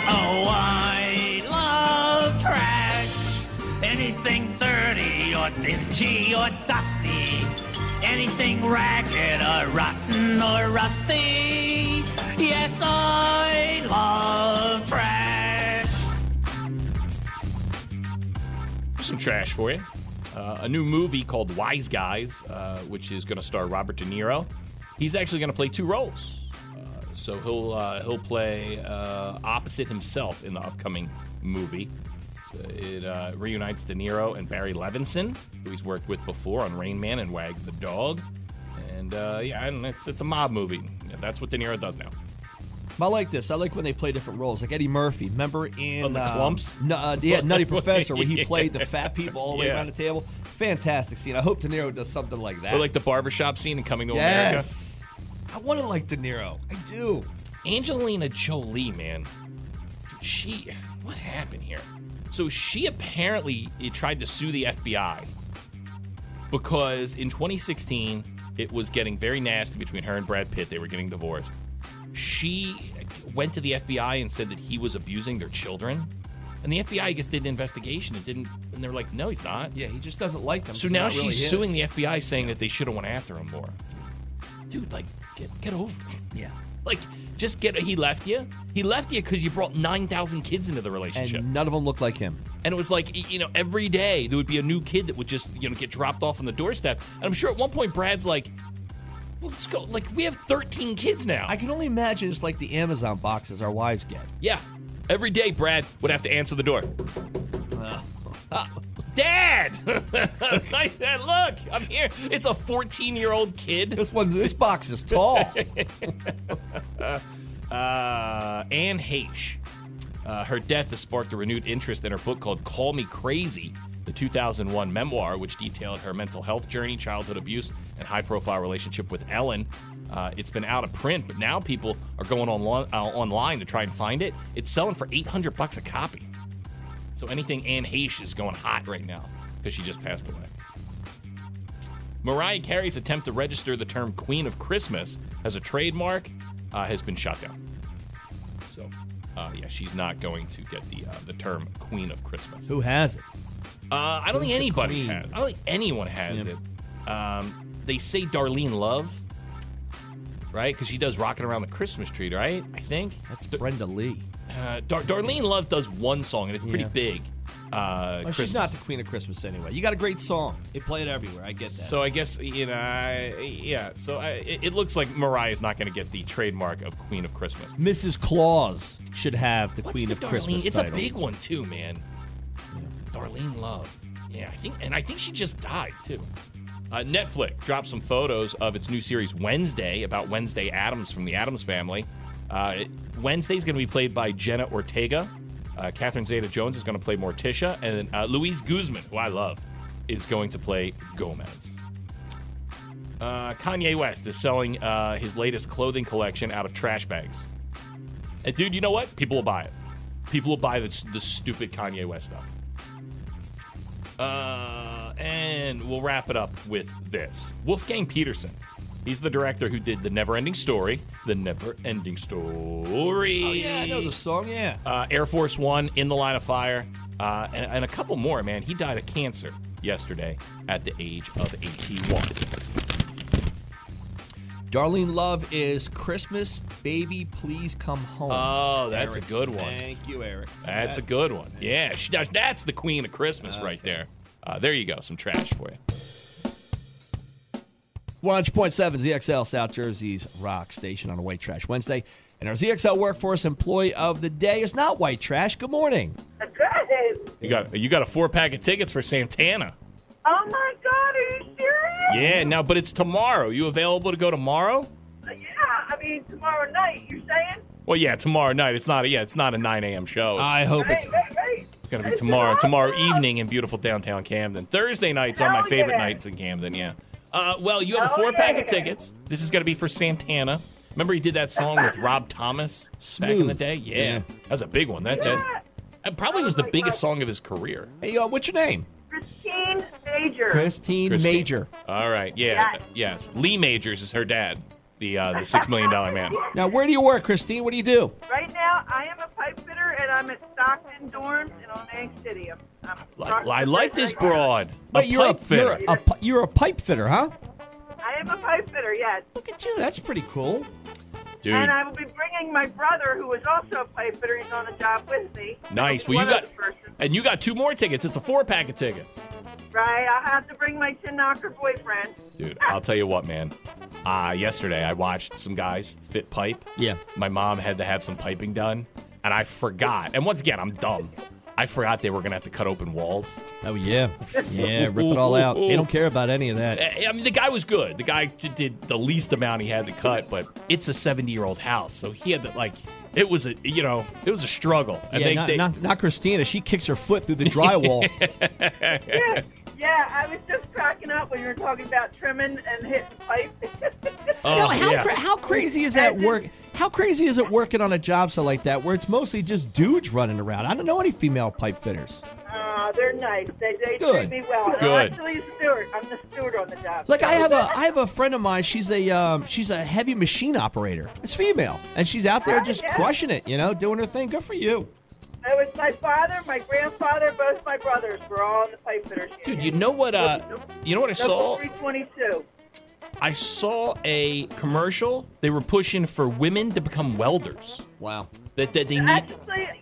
[SPEAKER 5] Oh, I love trash. Anything dirty or dingy or dusty. Anything ragged or rotten or rusty. Yes, I love trash.
[SPEAKER 1] Here's some trash for you. Uh, a new movie called Wise Guys, uh, which is going to star Robert De Niro. He's actually going to play two roles. Uh, so he'll uh, he'll play uh, opposite himself in the upcoming movie. So it uh, reunites De Niro and Barry Levinson, who he's worked with before on Rain Man and Wag the Dog. And uh, yeah, and it's it's a mob movie. Yeah, that's what De Niro does now.
[SPEAKER 2] But I like this. I like when they play different roles, like Eddie Murphy. Remember in
[SPEAKER 1] On the
[SPEAKER 2] um,
[SPEAKER 1] clumps?
[SPEAKER 2] Nu- uh,
[SPEAKER 1] <laughs>
[SPEAKER 2] yeah, Nutty Professor, where he
[SPEAKER 1] Yeah.
[SPEAKER 2] played the fat people all the way
[SPEAKER 1] Yeah.
[SPEAKER 2] around the table. Fantastic scene. I hope De Niro does something like that.
[SPEAKER 1] Or like the barbershop scene in Coming to America.
[SPEAKER 2] yes, I want to like De Niro. I do.
[SPEAKER 1] Angelina Jolie, man. She, what happened here? So she apparently eh, tried to sue the FBI because in 2016 it was getting very nasty between her and Brad Pitt. They were getting divorced. She went to the FBI and said that he was abusing their children, and the FBI I guess did an investigation and didn't. And they were like, no, he's not.
[SPEAKER 2] Yeah, he just doesn't like them.
[SPEAKER 1] So now she's suing the FBI, saying that they should have went after him more. Dude, like, get get over. it.
[SPEAKER 2] Yeah,
[SPEAKER 1] Like, just get. He left you. He left you because you brought nine thousand kids into the
[SPEAKER 2] and
[SPEAKER 1] relationship, and,
[SPEAKER 2] none of them look like him.
[SPEAKER 1] it was like, y- you know, every day there would be a new kid that would just, you know, get dropped off on the doorstep. And I'm sure at one point Brad's like, well, "Let's go." Like, we have thirteen kids now.
[SPEAKER 2] I can only imagine it's like the Amazon boxes our wives get.
[SPEAKER 1] yeah. Every day, Brad would have to answer the door. Uh, Dad, <laughs> I- look, I'm here. It's a 14 year old kid.
[SPEAKER 2] This one, this box is tall.
[SPEAKER 1] uh, Anne Heche. Uh, her death has sparked a renewed interest in her book called Call Me Crazy, the 2001 memoir, which detailed her mental health journey, childhood abuse, and high profile relationship with Ellen. Uh, it's been out of print, but now people are going onlo- uh, online to try and find it. It's selling for 800 bucks a copy. So anything Anne Heche is going hot right now because she just passed away. Mariah Carey's attempt to register the term Queen of Christmas as a trademark uh, has been shot down. So, uh, yeah, she's not going to get the uh, the term Queen of Christmas. Uh,
[SPEAKER 2] <laughs> Who has it?
[SPEAKER 1] I don't think anybody
[SPEAKER 2] queen?
[SPEAKER 1] has. I don't think anyone has
[SPEAKER 2] Yeah.
[SPEAKER 1] it. Um, they say Darlene Love, right? Because she does "Rocking Around the Christmas Tree," right? I think
[SPEAKER 2] That's Brenda Lee.
[SPEAKER 1] uh, Dar- Darlene Love does one song, and it's pretty
[SPEAKER 2] Yeah.
[SPEAKER 1] big. Uh,
[SPEAKER 2] Well,
[SPEAKER 1] Christmas.
[SPEAKER 2] she's not the queen of Christmas anyway. You got a great song. They play it everywhere. I get that.
[SPEAKER 1] So I guess you know, I, yeah. So I, it, it looks like Mariah's not going to get the trademark of Queen of Christmas.
[SPEAKER 2] Mrs. Claus should have the
[SPEAKER 1] What's
[SPEAKER 2] Queen
[SPEAKER 1] the
[SPEAKER 2] of
[SPEAKER 1] Darlene?
[SPEAKER 2] Christmas
[SPEAKER 1] It's
[SPEAKER 2] title.
[SPEAKER 1] a big one too, man. Darlene Love. Yeah, I think, and I think she just died too. Uh, Netflix dropped some photos of its new series Wednesday about Wednesday Adams from the Adams family. Uh, it- Wednesday's going to be played by Jenna Ortega. Uh, Catherine Zeta-Jones is going to play Morticia, and then uh, Louise Guzman, who I love, is going to play Gomez. Uh, Kanye West is selling uh, his latest clothing collection out of trash bags. And dude, you know what? People will buy it. People will buy the, the stupid Kanye West stuff. Uh, and we'll wrap it up with this Wolfgang Peterson. He's the director who did The Never Ending Story. The Never Ending Story.
[SPEAKER 2] Oh, yeah, I know the song. Yeah.
[SPEAKER 1] Uh, Air Force One, In the Line of Fire, uh, and, and a couple more, man. He died of cancer yesterday at the age of 81.
[SPEAKER 2] Darlene Love is Christmas Baby Please Come Home.
[SPEAKER 1] Oh, that's
[SPEAKER 2] Eric.
[SPEAKER 1] a good one.
[SPEAKER 2] Thank you, Eric.
[SPEAKER 1] That's a good one. Yeah, she, now that's the queen of Christmas right there. Uh, there you go, some trash for you.
[SPEAKER 2] 100.7 ZXL South Jersey's rock station on a White Trash Wednesday. And our ZXL Workforce Employee of the Day is not White Trash. Good morning.
[SPEAKER 1] You got you got a four pack of tickets for Santana.
[SPEAKER 6] Oh my God, are you serious?
[SPEAKER 1] Yeah, now but it's tomorrow. You available to go tomorrow?
[SPEAKER 6] Yeah, I mean tomorrow night. You're saying?
[SPEAKER 1] Well, yeah, tomorrow night. It's not a yeah, it's not a nine a.m. show. It's,
[SPEAKER 2] I hope
[SPEAKER 6] Hey,
[SPEAKER 2] it's
[SPEAKER 6] hey, hey!
[SPEAKER 1] it's going to be tomorrow, tomorrow evening in beautiful downtown Camden. Thursday night's on my
[SPEAKER 6] Oh,
[SPEAKER 1] favorite
[SPEAKER 6] yeah.
[SPEAKER 1] nights in Camden. Yeah. Uh, well, you have a
[SPEAKER 6] Oh,
[SPEAKER 1] four pack of
[SPEAKER 6] yeah.
[SPEAKER 1] tickets. This is going to be for Santana. Remember he did that song with Rob Thomas back in the
[SPEAKER 2] Smooth.
[SPEAKER 1] day? Yeah,
[SPEAKER 2] Yeah.
[SPEAKER 1] that was a big one. That that, that probably was the
[SPEAKER 6] Oh my
[SPEAKER 1] biggest
[SPEAKER 6] God.
[SPEAKER 1] song of his career.
[SPEAKER 2] Hey, uh, what's your name?
[SPEAKER 6] Christine Major.
[SPEAKER 2] Christine,
[SPEAKER 1] Christine.
[SPEAKER 2] Major.
[SPEAKER 1] All right. Yeah.
[SPEAKER 6] Yes.
[SPEAKER 1] Yes. Lee Majors is her dad, the uh, the six million dollar
[SPEAKER 6] <laughs>
[SPEAKER 1] man.
[SPEAKER 2] Now, where do you work, Christine? What do you do?
[SPEAKER 6] Right now, I am a pipe fitter, and I'm at Stockton Dorms in Atlantic City. I'm, I'm
[SPEAKER 1] Li- I like this broad. A
[SPEAKER 2] Wait, you're,
[SPEAKER 1] pipe
[SPEAKER 2] a,
[SPEAKER 1] fitter.
[SPEAKER 2] you're a pi- you're a pipe fitter, huh?
[SPEAKER 6] I am a pipe fitter, yes.
[SPEAKER 2] Look at you. That's pretty cool.
[SPEAKER 1] Dude,
[SPEAKER 6] And I will be bringing my brother, who is also a pipe fitter. He's on the job with me.
[SPEAKER 1] nice.
[SPEAKER 6] He'll be
[SPEAKER 1] Well, you
[SPEAKER 6] one of
[SPEAKER 1] got
[SPEAKER 6] the persons.
[SPEAKER 1] and you got two more tickets. It's a four pack of tickets.
[SPEAKER 6] Right, I'll have to bring my tin knocker boyfriend.
[SPEAKER 1] Dude, I'll tell you what, man. Uh, yesterday I watched some guys fit pipe.
[SPEAKER 2] Yeah.
[SPEAKER 1] My mom had to have some piping done, and I forgot. And once again, I'm dumb. I forgot they were gonna have to cut open walls.
[SPEAKER 2] Oh, yeah. Yeah, rip it all out. They don't care about any of that.
[SPEAKER 1] Eh, I I mean, the guy was good. The guy j- did the least amount he had to cut, but it's a 70 year old house, so he had to like. It was a you know it was a struggle. <laughs> And
[SPEAKER 2] yeah,
[SPEAKER 1] they-
[SPEAKER 2] not,
[SPEAKER 1] they-
[SPEAKER 2] not, not Christina. She kicks her foot
[SPEAKER 1] <laughs>
[SPEAKER 2] through the drywall.
[SPEAKER 6] Yeah, yeah, I was just cracking up when you were talking about trimming and hitting pipe. <laughs>
[SPEAKER 1] oh,
[SPEAKER 2] no, how,
[SPEAKER 1] yeah.
[SPEAKER 2] cra- how crazy is <laughs> that work? How crazy is it working on a job site like that where it's mostly just dudes running around? I don't know any female pipe fitters.
[SPEAKER 6] Ah, they're nice. They, they
[SPEAKER 2] Good.
[SPEAKER 6] treat me well. And
[SPEAKER 1] Good.
[SPEAKER 6] I'm actually a steward. I'm the steward on the job.
[SPEAKER 2] Like I have a I have a friend of mine. She's a um, she's a heavy machine operator. It's female, and she's out there
[SPEAKER 6] Oh,
[SPEAKER 2] just
[SPEAKER 6] yeah.
[SPEAKER 2] crushing it. You know, doing her thing. Good for you.
[SPEAKER 6] It was my father, my grandfather, both my brothers were all in the pipe fitters.
[SPEAKER 1] Dude, you know what? Uh, you know what I saw?
[SPEAKER 6] 322.
[SPEAKER 1] I saw a commercial. They were pushing for women to become welders.
[SPEAKER 2] Wow.
[SPEAKER 1] That that they need.
[SPEAKER 6] Actually,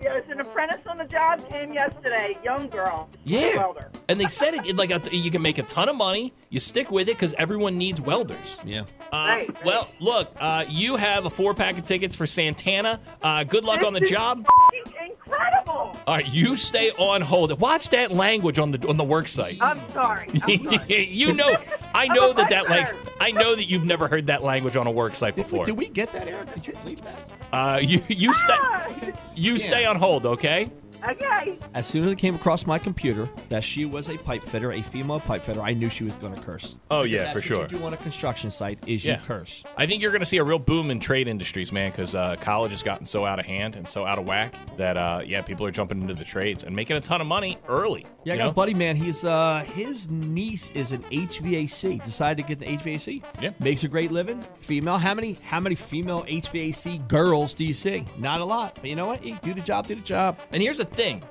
[SPEAKER 6] yeah, there's an apprentice on the job came yesterday, young girl.
[SPEAKER 1] Yeah.
[SPEAKER 6] Welder.
[SPEAKER 1] And they said it like a, you can make a ton of money. You stick with it because everyone needs welders.
[SPEAKER 2] Yeah.
[SPEAKER 1] Uh,
[SPEAKER 6] Right, right.
[SPEAKER 1] Well, look, uh, you have a four pack of tickets for Santana. Uh, good luck on the
[SPEAKER 6] This is
[SPEAKER 1] job.
[SPEAKER 6] f***ing Incredible.
[SPEAKER 1] All right, you stay on hold. Watch that language on the on the work site.
[SPEAKER 6] I'm sorry. Oh, I'm sorry.
[SPEAKER 1] <laughs> you know, I
[SPEAKER 6] I'm
[SPEAKER 1] know
[SPEAKER 6] a
[SPEAKER 1] that that like
[SPEAKER 6] worker.
[SPEAKER 1] I know that you've never heard that language on a work site
[SPEAKER 2] Did we,
[SPEAKER 1] before.
[SPEAKER 2] did we get that, Eric? Did you leave that?
[SPEAKER 1] Uh, you you stay
[SPEAKER 6] Ah!
[SPEAKER 1] you stay on hold, okay?
[SPEAKER 6] okay.
[SPEAKER 2] As soon as it came across my computer that she was a pipe fitter, a female pipe fitter, I knew she was going to curse.
[SPEAKER 1] Oh, yeah,
[SPEAKER 2] That's
[SPEAKER 1] for
[SPEAKER 2] what
[SPEAKER 1] sure.
[SPEAKER 2] You do on a construction site is
[SPEAKER 1] Yeah.
[SPEAKER 2] you curse.
[SPEAKER 1] I think you're going to see a real boom in trade industries, man, because uh, college has gotten so out of hand and so out of whack that uh, yeah, people are jumping into the trades and making a ton of money early.
[SPEAKER 2] Yeah, I
[SPEAKER 1] you
[SPEAKER 2] got
[SPEAKER 1] know?
[SPEAKER 2] a buddy, man. He's uh, his niece is an HVAC. Decided to get the HVAC.
[SPEAKER 1] Yeah.
[SPEAKER 2] makes a great living. Female. How many? How many female HVAC girls do you see? Not a lot. But you know what? Hey, do the job. Do the job.
[SPEAKER 1] And here's the thing,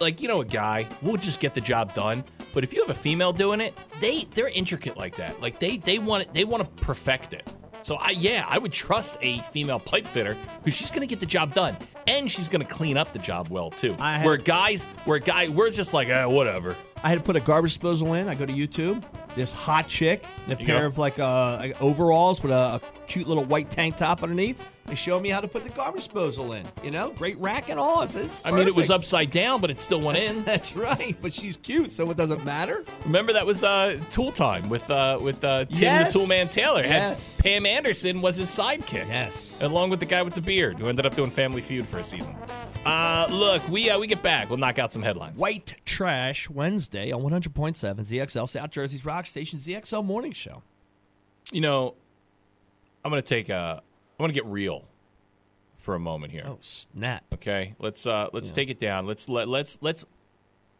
[SPEAKER 1] like you know, a guy will just get the job done, but if you have a female doing it, they they're intricate like that. Like they they want it, they want to perfect it. So I yeah, I would trust a female pipe fitter because she's gonna get the job done and she's gonna clean up the job well too.
[SPEAKER 2] I had-
[SPEAKER 1] where guys, where guy, we're just like eh, whatever.
[SPEAKER 2] I had to put a garbage disposal in. I go to YouTube. This hot chick, in a
[SPEAKER 1] You
[SPEAKER 2] pair
[SPEAKER 1] go.
[SPEAKER 2] of like uh, like overalls with a, a cute little white tank top underneath. They show me how to put the garbage disposal in. You know, great rack and all. It's, it's
[SPEAKER 1] I mean, it was
[SPEAKER 2] perfect.
[SPEAKER 1] upside down, but it still went in.
[SPEAKER 2] <laughs> That's right. But she's cute, so it doesn't matter.
[SPEAKER 1] Remember that was uh, Tool Time with uh, with uh, Tim
[SPEAKER 2] Yes.
[SPEAKER 1] the Tool Man Taylor. Had-
[SPEAKER 2] Yes.
[SPEAKER 1] Pam Anderson was his sidekick.
[SPEAKER 2] Yes.
[SPEAKER 1] along with the guy with the beard who ended up doing Family Feud for a season. Uh, look, we uh, we get back. We'll knock out some headlines.
[SPEAKER 2] White Trash Wednesday on 100.7 ZXL South Jersey's Rock Station ZXL Morning Show.
[SPEAKER 1] You know, I'm gonna take a. I'm gonna get real for a moment here.
[SPEAKER 2] Oh snap!
[SPEAKER 1] Okay, let's uh, let's take it down. Let's let let's let's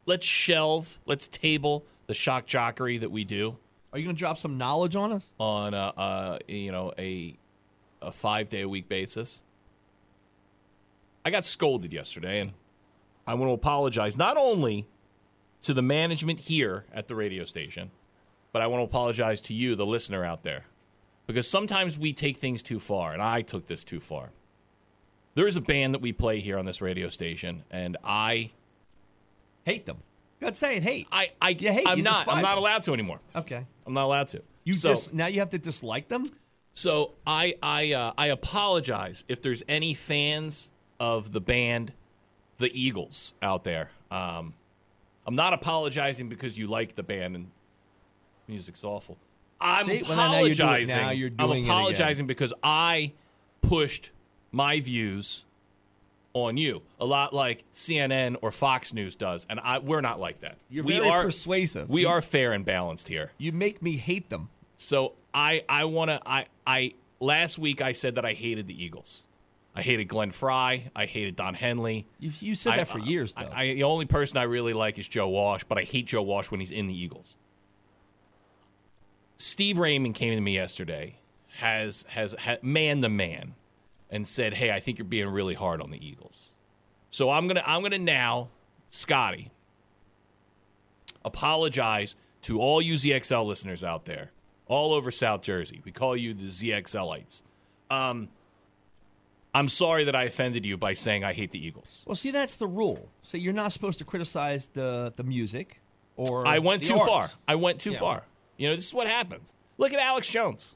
[SPEAKER 1] let's shelve. Let's table the shock jockery that we do
[SPEAKER 2] Are you gonna drop some knowledge on us?
[SPEAKER 1] on a, uh you know a a five day a week basis. I got scolded yesterday, and I want to apologize not only to the management here at the radio station, but I want to apologize to you, the listener out there, because sometimes we take things too far, and I took this too far. There is a band that we play here on this radio station, and I,
[SPEAKER 2] Hate them. God say it. Hate.
[SPEAKER 1] I, I,
[SPEAKER 2] You hate-
[SPEAKER 1] I'm
[SPEAKER 2] you
[SPEAKER 1] not, I'm
[SPEAKER 2] despise
[SPEAKER 1] not
[SPEAKER 2] them.
[SPEAKER 1] allowed to anymore.
[SPEAKER 2] Okay.
[SPEAKER 1] I'm not allowed to.
[SPEAKER 2] You
[SPEAKER 1] So-
[SPEAKER 2] just now you have to dislike them.
[SPEAKER 1] So I I uh, I apologize if there's any fans of the band The Eagles out there. Um, I'm not apologizing because you like the band and music's awful. I'm
[SPEAKER 2] See? Well, now you're doing-
[SPEAKER 1] apologizing.
[SPEAKER 2] now you're doing it
[SPEAKER 1] I'm
[SPEAKER 2] again.
[SPEAKER 1] apologizing because I pushed my views on you, a lot like CNN or Fox News does. And I, we're not like that.
[SPEAKER 2] You're
[SPEAKER 1] we
[SPEAKER 2] very
[SPEAKER 1] are
[SPEAKER 2] persuasive.
[SPEAKER 1] We
[SPEAKER 2] You-
[SPEAKER 1] are fair and balanced here.
[SPEAKER 2] You make me hate them.
[SPEAKER 1] So I I want to I I last week I said that I hated the Eagles. I hated Glenn Fry. I hated Don Henley.
[SPEAKER 2] You, you said that for years, though.
[SPEAKER 1] I, I, the only person I really like is Joe Walsh, but I hate Joe Walsh when he's in the Eagles. Steve Raymond came to me yesterday, has has ha, man the man, and said, "Hey, I think you're being really hard on the Eagles." So I'm gonna I'm gonna now, Scotty, apologize to all you ZXL listeners out there, all over South Jersey. We call you the ZXLites. Um, I'm sorry that I offended you by saying I hate the Eagles.
[SPEAKER 2] well, see, that's the rule. So you're not supposed to criticize the, the music or.
[SPEAKER 1] I went
[SPEAKER 2] the
[SPEAKER 1] too
[SPEAKER 2] artist.
[SPEAKER 1] far. I went too
[SPEAKER 2] Yeah.
[SPEAKER 1] far. You know, this is what happens. Look at Alex Jones.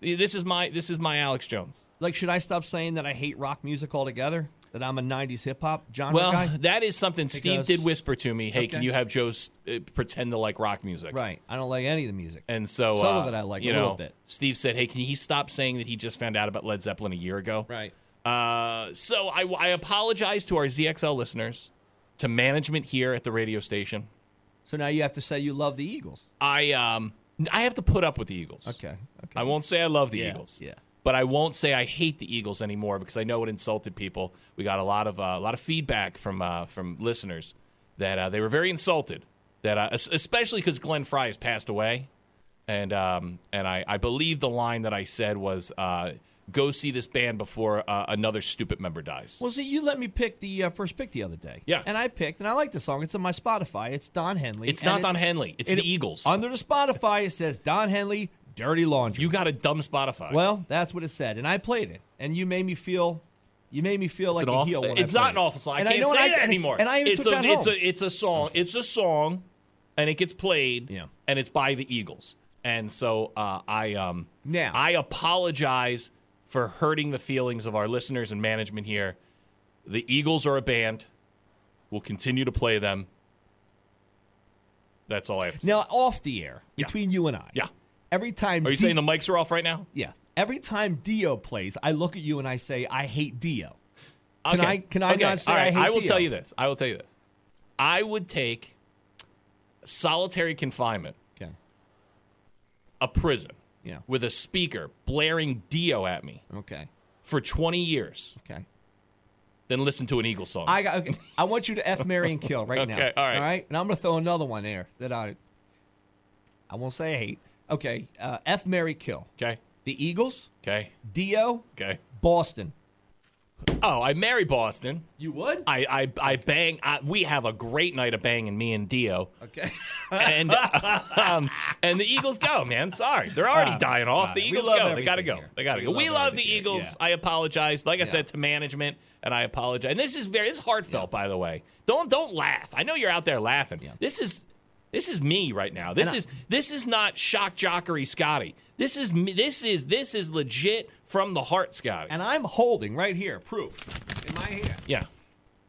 [SPEAKER 1] This is my this is my Alex Jones.
[SPEAKER 2] Like, should I stop saying that I hate rock music altogether? That I'm a '90s hip hop genre
[SPEAKER 1] Well,
[SPEAKER 2] guy?
[SPEAKER 1] <laughs> that is something Steve
[SPEAKER 2] Because-
[SPEAKER 1] did whisper to me. Hey, can
[SPEAKER 2] Okay.
[SPEAKER 1] you have Joe s- uh, pretend to like rock music?
[SPEAKER 2] Right. I don't like any of the music.
[SPEAKER 1] And so
[SPEAKER 2] Some
[SPEAKER 1] uh,
[SPEAKER 2] of it I like,
[SPEAKER 1] you
[SPEAKER 2] a little
[SPEAKER 1] know,
[SPEAKER 2] bit.
[SPEAKER 1] Steve said, "Hey, can he stop saying that he just found out about Led Zeppelin a year ago?"
[SPEAKER 2] Right.
[SPEAKER 1] Uh, so I, I apologize to our ZXL listeners, to management here at the radio station.
[SPEAKER 2] So now you have to say you love the Eagles.
[SPEAKER 1] I um I have to put up with the Eagles.
[SPEAKER 2] Okay. Okay.
[SPEAKER 1] I won't say I love the
[SPEAKER 2] Yeah,
[SPEAKER 1] Eagles.
[SPEAKER 2] yeah.
[SPEAKER 1] But I won't say I hate the Eagles anymore because I know it insulted people. We got a lot of uh, a lot of feedback from uh, from listeners that uh, they were very insulted that uh, es- especially because Glenn Fry has passed away, and um and I I believe the line that I said was uh go see this band before uh, another stupid member dies.
[SPEAKER 2] Well, see, you let me pick the uh, first pick the other day.
[SPEAKER 1] Yeah.
[SPEAKER 2] And I picked, and I like the song. It's on my Spotify. It's Don Henley.
[SPEAKER 1] it's
[SPEAKER 2] and
[SPEAKER 1] not Don Henley. It's
[SPEAKER 2] it-
[SPEAKER 1] the Eagles.
[SPEAKER 2] Under the Spotify, it says Don Henley, Dirty Laundry.
[SPEAKER 1] you got a dumb Spotify.
[SPEAKER 2] well, that's what it said, and I played it, and you made me feel, you made me feel like
[SPEAKER 1] It's
[SPEAKER 2] a
[SPEAKER 1] an awful-
[SPEAKER 2] heel. When I
[SPEAKER 1] it's not an
[SPEAKER 2] played it.
[SPEAKER 1] awful song. I
[SPEAKER 2] And
[SPEAKER 1] can't
[SPEAKER 2] know, and
[SPEAKER 1] say
[SPEAKER 2] I,
[SPEAKER 1] that
[SPEAKER 2] and-
[SPEAKER 1] anymore.
[SPEAKER 2] And I even
[SPEAKER 1] it's
[SPEAKER 2] took
[SPEAKER 1] a
[SPEAKER 2] that
[SPEAKER 1] it's
[SPEAKER 2] home.
[SPEAKER 1] a it's a song. It's a song, and it gets played.
[SPEAKER 2] Yeah.
[SPEAKER 1] and it's by the Eagles. And so uh, I um
[SPEAKER 2] Now.
[SPEAKER 1] I apologize for hurting the feelings of our listeners and management here. The Eagles are a band. We'll continue to play them. That's all I have to say.
[SPEAKER 2] now off the air
[SPEAKER 1] Yeah.
[SPEAKER 2] between you and I.
[SPEAKER 1] Yeah.
[SPEAKER 2] Every time.
[SPEAKER 1] Are you
[SPEAKER 2] D-
[SPEAKER 1] saying the mics are off right now?
[SPEAKER 2] Yeah. Every time Dio plays, I look at you and I say, I hate Dio. Can
[SPEAKER 1] Okay.
[SPEAKER 2] I- can I
[SPEAKER 1] Okay.
[SPEAKER 2] not say
[SPEAKER 1] All
[SPEAKER 2] I
[SPEAKER 1] right.
[SPEAKER 2] hate
[SPEAKER 1] will
[SPEAKER 2] Dio?
[SPEAKER 1] tell you this. I will tell you this. I would take solitary confinement,
[SPEAKER 2] Okay.
[SPEAKER 1] a prison,
[SPEAKER 2] Yeah.
[SPEAKER 1] with a speaker blaring Dio at me
[SPEAKER 2] Okay.
[SPEAKER 1] for 20 years,
[SPEAKER 2] Okay.
[SPEAKER 1] then listen to an Eagle song.
[SPEAKER 2] I got. Okay. I want you to f Mary and kill right now.
[SPEAKER 1] <laughs> Okay, all right.
[SPEAKER 2] All right. And I'm gonna throw another one there that I. I won't say I hate. Okay. Uh, f Mary kill.
[SPEAKER 1] okay.
[SPEAKER 2] The Eagles,
[SPEAKER 1] Okay.
[SPEAKER 2] Dio,
[SPEAKER 1] Okay.
[SPEAKER 2] Boston.
[SPEAKER 1] Oh, I marry Boston.
[SPEAKER 2] You would?
[SPEAKER 1] I I, I bang. I, we have a great night of banging, me and Dio.
[SPEAKER 2] Okay. <laughs>
[SPEAKER 1] And um, and the Eagles go, man. Sorry, they're already
[SPEAKER 2] Ah,
[SPEAKER 1] dying off.
[SPEAKER 2] right.
[SPEAKER 1] the
[SPEAKER 2] We
[SPEAKER 1] Eagles
[SPEAKER 2] love
[SPEAKER 1] go. They gotta
[SPEAKER 2] everything
[SPEAKER 1] go.
[SPEAKER 2] here.
[SPEAKER 1] They gotta
[SPEAKER 2] We
[SPEAKER 1] go. we
[SPEAKER 2] love
[SPEAKER 1] love the
[SPEAKER 2] everything,
[SPEAKER 1] Eagles.
[SPEAKER 2] yeah.
[SPEAKER 1] I apologize. Like I said to management, and I apologize. And this is very this is heartfelt, by the way. Don't don't laugh. I know you're out there laughing. This is this is me right now. This
[SPEAKER 2] And I-
[SPEAKER 1] is this is not shock jockery, Scotty. This is me- this is this is legit from the heart, Scotty.
[SPEAKER 2] and I'm holding right here proof in my hand
[SPEAKER 1] yeah,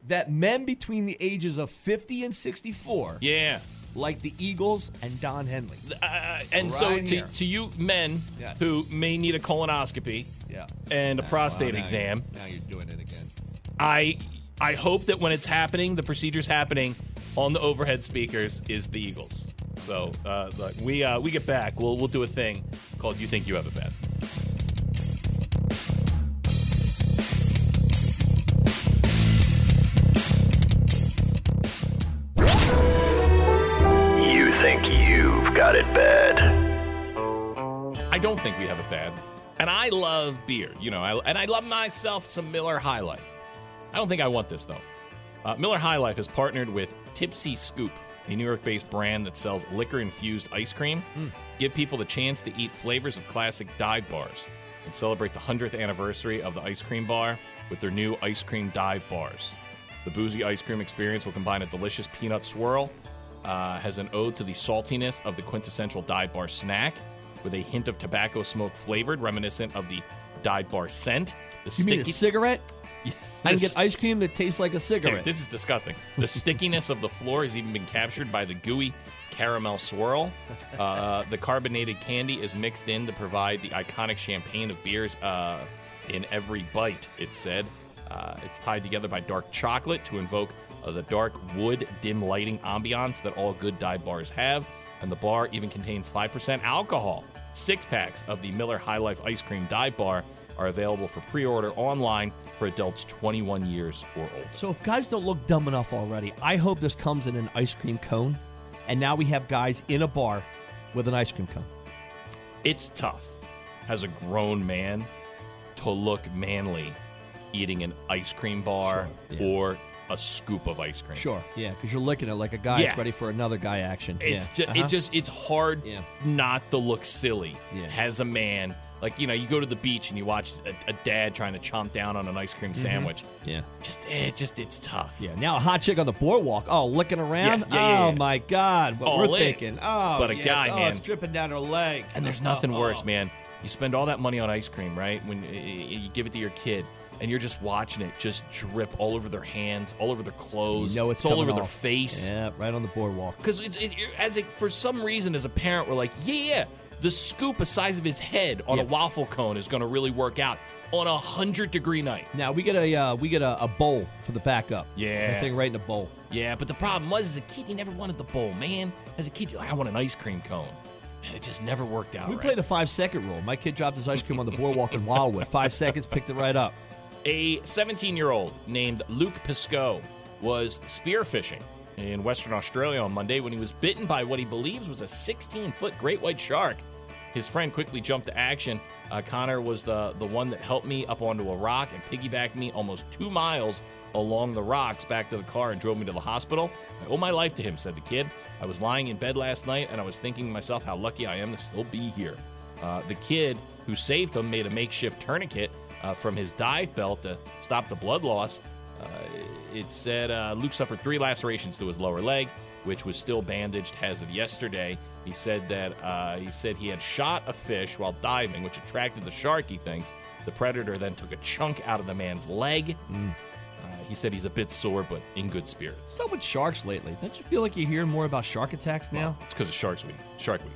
[SPEAKER 2] that men between the ages of 50 and 64,
[SPEAKER 1] yeah.
[SPEAKER 2] like the Eagles and Don Henley.
[SPEAKER 1] Uh, and so
[SPEAKER 2] Right
[SPEAKER 1] to,
[SPEAKER 2] here.
[SPEAKER 1] to you men
[SPEAKER 2] Yes.
[SPEAKER 1] who may need a colonoscopy
[SPEAKER 2] Yeah.
[SPEAKER 1] and a prostate exam,
[SPEAKER 2] now you're doing it again.
[SPEAKER 1] I I hope that when it's happening, the procedure's happening on the overhead speakers is the Eagles. So uh, look, we uh, we get back. We'll we'll do a thing called "You Think You Have It Bad."
[SPEAKER 7] You think you've got it bad.
[SPEAKER 1] I don't think we have it bad, and I love beer. You know, I, and I love myself some Miller High Life. I don't think I want this though. Uh, Miller High Life has partnered with Tipsy Scoop, a New York based brand that sells liquor infused ice cream. Give people the chance to eat flavors of classic dive bars and celebrate the 100th anniversary of the ice cream bar with their new ice cream dive bars. The boozy ice cream experience will combine a delicious peanut swirl, uh, has an ode to the saltiness of the quintessential dive bar snack with a hint of tobacco smoke flavored, reminiscent of the dive bar scent. The
[SPEAKER 2] You mean a
[SPEAKER 1] sticky-
[SPEAKER 2] cigarette? I can
[SPEAKER 1] The
[SPEAKER 2] get ice cream that tastes like a
[SPEAKER 1] Dude,
[SPEAKER 2] cigarette.
[SPEAKER 1] this is disgusting. The stickiness of the floor has even been captured by the gooey caramel swirl. Uh, the carbonated candy is mixed in to provide the iconic champagne of beers uh, in every bite, it said. Uh, it's tied together by dark chocolate to invoke uh, the dark wood dim lighting ambiance that all good dive bars have. And the bar even contains 5% alcohol. Six packs of the Miller High Life Ice Cream Dive Bar are available for pre order online for adults 21 years or older.
[SPEAKER 2] So if guys don't look dumb enough already, I hope this comes in an ice cream cone, and now we have guys in a bar with an ice cream cone.
[SPEAKER 1] It's tough as a grown man to look manly eating an ice cream bar
[SPEAKER 2] Sure, yeah.
[SPEAKER 1] or a scoop of ice cream.
[SPEAKER 2] Sure, yeah, because you're licking it like a guy that's
[SPEAKER 1] Yeah.
[SPEAKER 2] ready for another guy action.
[SPEAKER 1] It's
[SPEAKER 2] yeah.
[SPEAKER 1] just,
[SPEAKER 2] uh-huh.
[SPEAKER 1] it just, it's hard not to look silly
[SPEAKER 2] Yeah.
[SPEAKER 1] as a man. Like you know, you go to the beach and you watch a, a dad trying to chomp down on an ice cream
[SPEAKER 2] Mhm.
[SPEAKER 1] sandwich.
[SPEAKER 2] Yeah.
[SPEAKER 1] Just, it just, it's tough.
[SPEAKER 2] Yeah, now a hot chick on the boardwalk. Oh, licking around.
[SPEAKER 1] Yeah, yeah, yeah,
[SPEAKER 2] oh
[SPEAKER 1] yeah.
[SPEAKER 2] my God, what
[SPEAKER 1] All
[SPEAKER 2] we're
[SPEAKER 1] in.
[SPEAKER 2] thinking. Oh,
[SPEAKER 1] But a
[SPEAKER 2] yes.
[SPEAKER 1] guy,
[SPEAKER 2] oh,
[SPEAKER 1] man.
[SPEAKER 2] it's dripping down her leg.
[SPEAKER 1] And there's
[SPEAKER 2] Oh,
[SPEAKER 1] nothing
[SPEAKER 2] oh,
[SPEAKER 1] worse, man. You spend all that money on ice cream, right? When y- y- you give it to your kid, and you're just watching it just drip all over their hands, all over their clothes,
[SPEAKER 2] You know it's
[SPEAKER 1] all
[SPEAKER 2] coming
[SPEAKER 1] over their
[SPEAKER 2] off.
[SPEAKER 1] face.
[SPEAKER 2] Yeah, right on the boardwalk.
[SPEAKER 1] Because it, it, as a, for some reason, as a parent, we're like, yeah, yeah, the scoop a size of his head on a
[SPEAKER 2] Yeah.
[SPEAKER 1] waffle cone is going to really work out on a hundred degree night.
[SPEAKER 2] Now we get a uh, we get a, a bowl for the backup.
[SPEAKER 1] Yeah.
[SPEAKER 2] that thing right in the bowl.
[SPEAKER 1] Yeah, but the problem was, as a kid, you never wanted the bowl, man. As a kid, you're like, I want an ice cream cone, and it just never worked out.
[SPEAKER 2] we
[SPEAKER 1] right.
[SPEAKER 2] play the five second rule. My kid dropped his ice cream on the boardwalk in Wildwood. <laughs> Five seconds, picked it right up.
[SPEAKER 1] A 17 year old named Luke Pisco was spearfishing in Western Australia on Monday when he was bitten by what he believes was a 16 foot great white shark. His friend quickly jumped to action. Uh, Connor was the, the one that helped me up onto a rock and piggybacked me almost two miles along the rocks back to the car and drove me to the hospital. I owe my life to him, said the kid. I was lying in bed last night and I was thinking to myself how lucky I am to still be here. Uh, the kid who saved him made a makeshift tourniquet uh, from his dive belt to stop the blood loss. Uh, it said uh, Luke suffered three lacerations to his lower leg, which was still bandaged as of yesterday. He said that uh, he said he had shot a fish while diving, which attracted the shark. He thinks the predator then took a chunk out of the man's leg. Uh, he said he's a bit sore, but in good spirits.
[SPEAKER 2] What's up with sharks lately? Don't you feel like you hear more about shark attacks now?
[SPEAKER 1] It's because of Sharks Week. Shark Week.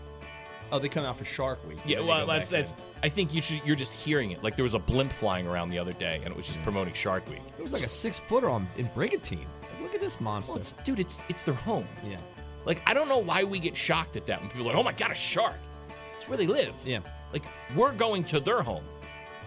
[SPEAKER 2] Oh, they come out for Shark Week.
[SPEAKER 1] Yeah,
[SPEAKER 2] They
[SPEAKER 1] well,
[SPEAKER 2] go
[SPEAKER 1] that's
[SPEAKER 2] back
[SPEAKER 1] that's. I think you should, you're just hearing it. Like there was a blimp flying around the other day, and it was just promoting Shark Week.
[SPEAKER 2] in. Mm. It was like a six footer on in Brigantine. Like, look at this monster.
[SPEAKER 1] Well, it's, dude, it's it's their home.
[SPEAKER 2] yeah,
[SPEAKER 1] Like I don't know why we get shocked at that when people are like, "Oh my god, a shark!" It's where they live.
[SPEAKER 2] yeah.
[SPEAKER 1] Like we're going to their home.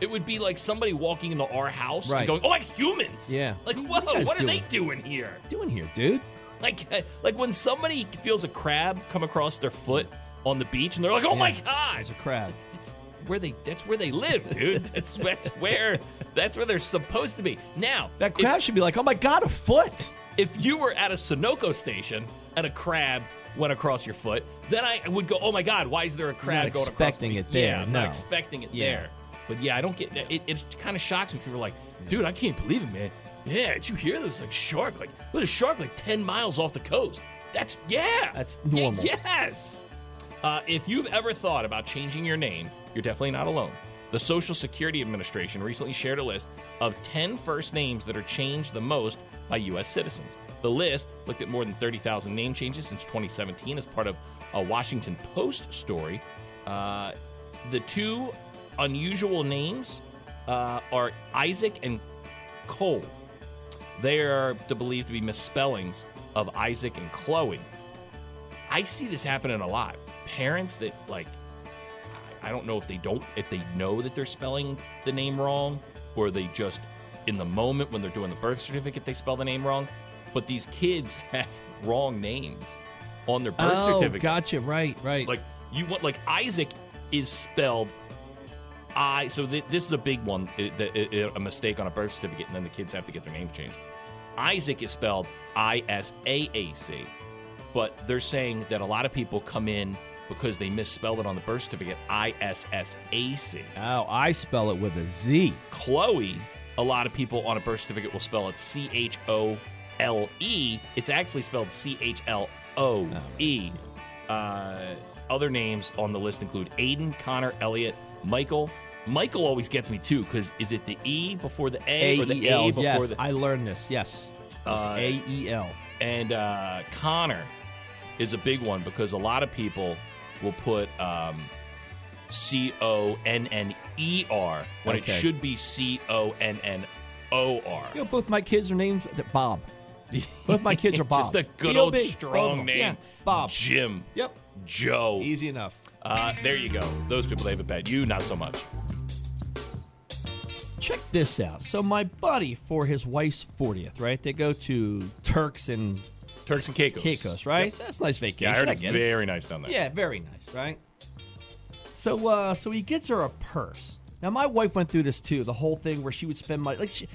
[SPEAKER 1] It would be like somebody walking into our house
[SPEAKER 2] Right.
[SPEAKER 1] and going, "Oh, like humans."
[SPEAKER 2] Yeah.
[SPEAKER 1] Like
[SPEAKER 2] What are
[SPEAKER 1] whoa,
[SPEAKER 2] you guys
[SPEAKER 1] what are they
[SPEAKER 2] doing?
[SPEAKER 1] doing here?
[SPEAKER 2] Doing here, dude.
[SPEAKER 1] Like <laughs> like when somebody feels a crab come across their foot on the beach and they're like, "Oh my
[SPEAKER 2] Yeah.
[SPEAKER 1] god!"
[SPEAKER 2] It's a crab.
[SPEAKER 1] It's where they that's where they live, dude. that's that's where that's where they're supposed to be. Now
[SPEAKER 2] That crab should be like, oh my god, a foot.
[SPEAKER 1] if you were at a Sunoco station and a crab went across your foot, then I would go, "Oh my God, why is there a crab
[SPEAKER 2] not
[SPEAKER 1] going across?"
[SPEAKER 2] expecting
[SPEAKER 1] me?"
[SPEAKER 2] it there,
[SPEAKER 1] Yeah, I'm
[SPEAKER 2] no.
[SPEAKER 1] not expecting it
[SPEAKER 2] Yeah.
[SPEAKER 1] there. But yeah, I don't get it. It kind of shocks me. People are like, "Dude, I can't believe it, man." Yeah, did you hear those like shark? Like, there's a shark like ten miles off the coast. That's yeah.
[SPEAKER 2] That's
[SPEAKER 1] Yeah,
[SPEAKER 2] normal.
[SPEAKER 1] yes. Uh, if you've ever thought about changing your name, you're definitely not alone. The Social Security Administration recently shared a list of 10 first names that are changed the most by U.S. citizens. The list looked at more than 30,000 name changes since 2017 as part of a Washington Post story. Uh, the two unusual names uh, are Isaac and Cole. They are to believed to be misspellings of Isaac and Chloe. I see this happening a lot. Parents that like I I don't know if they don't if they know that they're spelling the name wrong or they just in the moment when they're doing the birth certificate they spell the name wrong, but these kids <laughs> have wrong names on their birth certificate.
[SPEAKER 2] Oh, gotcha. Right, right.
[SPEAKER 1] Like you want like Isaac is spelled I so th- this is a big one i- that- i- i- a mistake on a birth certificate and then the kids have to get their names changed. Isaac is spelled I S A A C. But they're saying that a lot of people come in because they misspelled it on the birth certificate I S S A C.
[SPEAKER 2] oh, I spell it with a Z.
[SPEAKER 1] Chloe, a lot of people on a birth certificate will spell it C H O L E. It's actually spelled C H L O E.
[SPEAKER 2] Oh,
[SPEAKER 1] Uh, Other names on the list include Aiden, Connor, Elliot, Michael. Michael always gets me too because is it the E before the A, or the A
[SPEAKER 2] A-E-L,
[SPEAKER 1] before
[SPEAKER 2] E yes,
[SPEAKER 1] the
[SPEAKER 2] I learned this. Yes, it's
[SPEAKER 1] Uh,
[SPEAKER 2] A E L.
[SPEAKER 1] and uh, Connor is a big one because a lot of people will put um, C O N N E R when
[SPEAKER 2] Okay.
[SPEAKER 1] it should be C O N N O R.
[SPEAKER 2] You know, both my kids are named <laughs> Bob. Both my kids are Bob.
[SPEAKER 1] <laughs> Just a good
[SPEAKER 2] B.O.B.,
[SPEAKER 1] old
[SPEAKER 2] both of
[SPEAKER 1] strong
[SPEAKER 2] them.
[SPEAKER 1] name.
[SPEAKER 2] Yeah, Bob.
[SPEAKER 1] Jim.
[SPEAKER 2] Yep.
[SPEAKER 1] Joe.
[SPEAKER 2] Easy enough.
[SPEAKER 1] Uh, there you go. Those people they have a bet. You not so much.
[SPEAKER 2] Check this out. So my buddy for his wife's 40th, right? They go to Turks and
[SPEAKER 1] Turks and Caicos.
[SPEAKER 2] Caicos, right? So that's a nice vacation.
[SPEAKER 1] Yeah, I heard it's
[SPEAKER 2] get it.
[SPEAKER 1] very nice down there.
[SPEAKER 2] Yeah, very nice, right? So, uh, so he gets her a purse. Now, my wife went through this too. The whole thing where she would spend money. Like, she,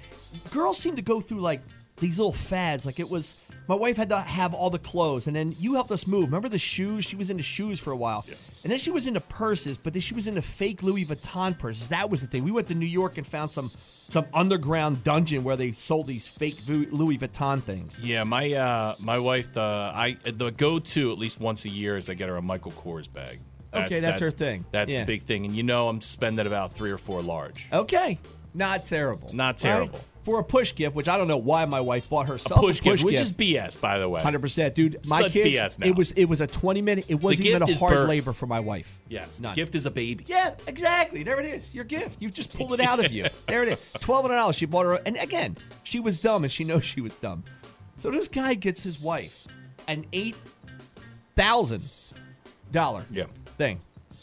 [SPEAKER 2] girls seem to go through like these little fads. Like it was, my wife had to have all the clothes, and then you helped us move. Remember the shoes? She was into shoes for a while, and then she was into purses. But then she was into fake Louis Vuitton purses. That was the thing. We went to New York and found some some underground dungeon where they sold these fake Vu- Louis Vuitton things.
[SPEAKER 1] Yeah, my uh, my wife, uh, I the go to at least once a year is I get her a Michael Kors bag.
[SPEAKER 2] Okay, that's her thing.
[SPEAKER 1] That's
[SPEAKER 2] Yeah. Oh,
[SPEAKER 1] the big thing, and you know I'm spending about three or four large.
[SPEAKER 2] Okay, not terrible.
[SPEAKER 1] Not
[SPEAKER 2] right?
[SPEAKER 1] terrible.
[SPEAKER 2] For a push gift, which I don't know why my wife bought herself
[SPEAKER 1] Push, gift, which is BS, by the way.
[SPEAKER 2] Hundred percent, dude. My
[SPEAKER 1] Such
[SPEAKER 2] kids,
[SPEAKER 1] BS now.
[SPEAKER 2] it was it was a twenty minute. It wasn't even
[SPEAKER 1] gift
[SPEAKER 2] a
[SPEAKER 1] is
[SPEAKER 2] hard
[SPEAKER 1] birth.
[SPEAKER 2] labor for my wife.
[SPEAKER 1] Yes, the
[SPEAKER 2] None.
[SPEAKER 1] gift is a baby.
[SPEAKER 2] Yeah, exactly. There it is. Your gift. You've just pulled it out of
[SPEAKER 1] <laughs>
[SPEAKER 2] you. There it is. Twelve hundred dollars. She bought her, and again, she was dumb, and she knows she was dumb. So this guy gets his wife an eight thousand dollar
[SPEAKER 1] Yeah.
[SPEAKER 2] thing.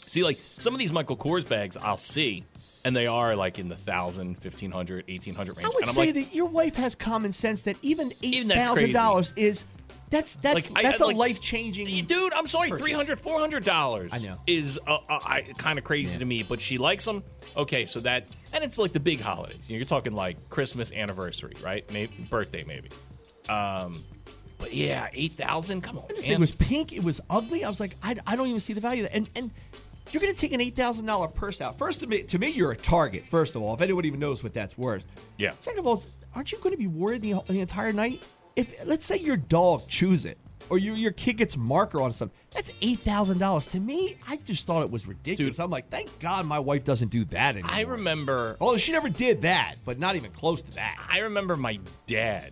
[SPEAKER 1] See, like some of these Michael Kors bags, I'll see, and they are like in the thousand, fifteen hundred, eighteen hundred range.
[SPEAKER 2] I would
[SPEAKER 1] and I'm
[SPEAKER 2] say
[SPEAKER 1] like,
[SPEAKER 2] that your wife has common sense that even eight
[SPEAKER 1] that's
[SPEAKER 2] thousand
[SPEAKER 1] crazy.
[SPEAKER 2] dollars is that's that's
[SPEAKER 1] Like, I-
[SPEAKER 2] that's
[SPEAKER 1] I-
[SPEAKER 2] a
[SPEAKER 1] like-
[SPEAKER 2] life changing.
[SPEAKER 1] dude, I'm sorry,
[SPEAKER 2] Purchase.
[SPEAKER 1] three hundred, four hundred dollars.
[SPEAKER 2] I know.
[SPEAKER 1] is uh, uh, I, kind of crazy
[SPEAKER 2] Yeah.
[SPEAKER 1] to me, but she likes them. Okay, so that and it's like the big holidays. You're talking like Christmas, anniversary, right? Maybe birthday, maybe. Um, but yeah, eight thousand. Come on,
[SPEAKER 2] This
[SPEAKER 1] man.
[SPEAKER 2] thing was pink. It was ugly. I was like, I, I don't even see the value. Of that. And and you're gonna take an eight thousand dollar purse out. First to me, to me, you're a target. First of all, if anyone even knows what that's worth.
[SPEAKER 1] Yeah.
[SPEAKER 2] Second of all, aren't you gonna be worried the, the entire night? If let's say your dog chews it. Or your, your kid gets marker on something. That's eight thousand dollars. To me, I just thought it was ridiculous. I'm like, thank God my wife doesn't do that anymore.
[SPEAKER 1] I remember.
[SPEAKER 2] Although she never did that, but not even close to that.
[SPEAKER 1] I remember my dad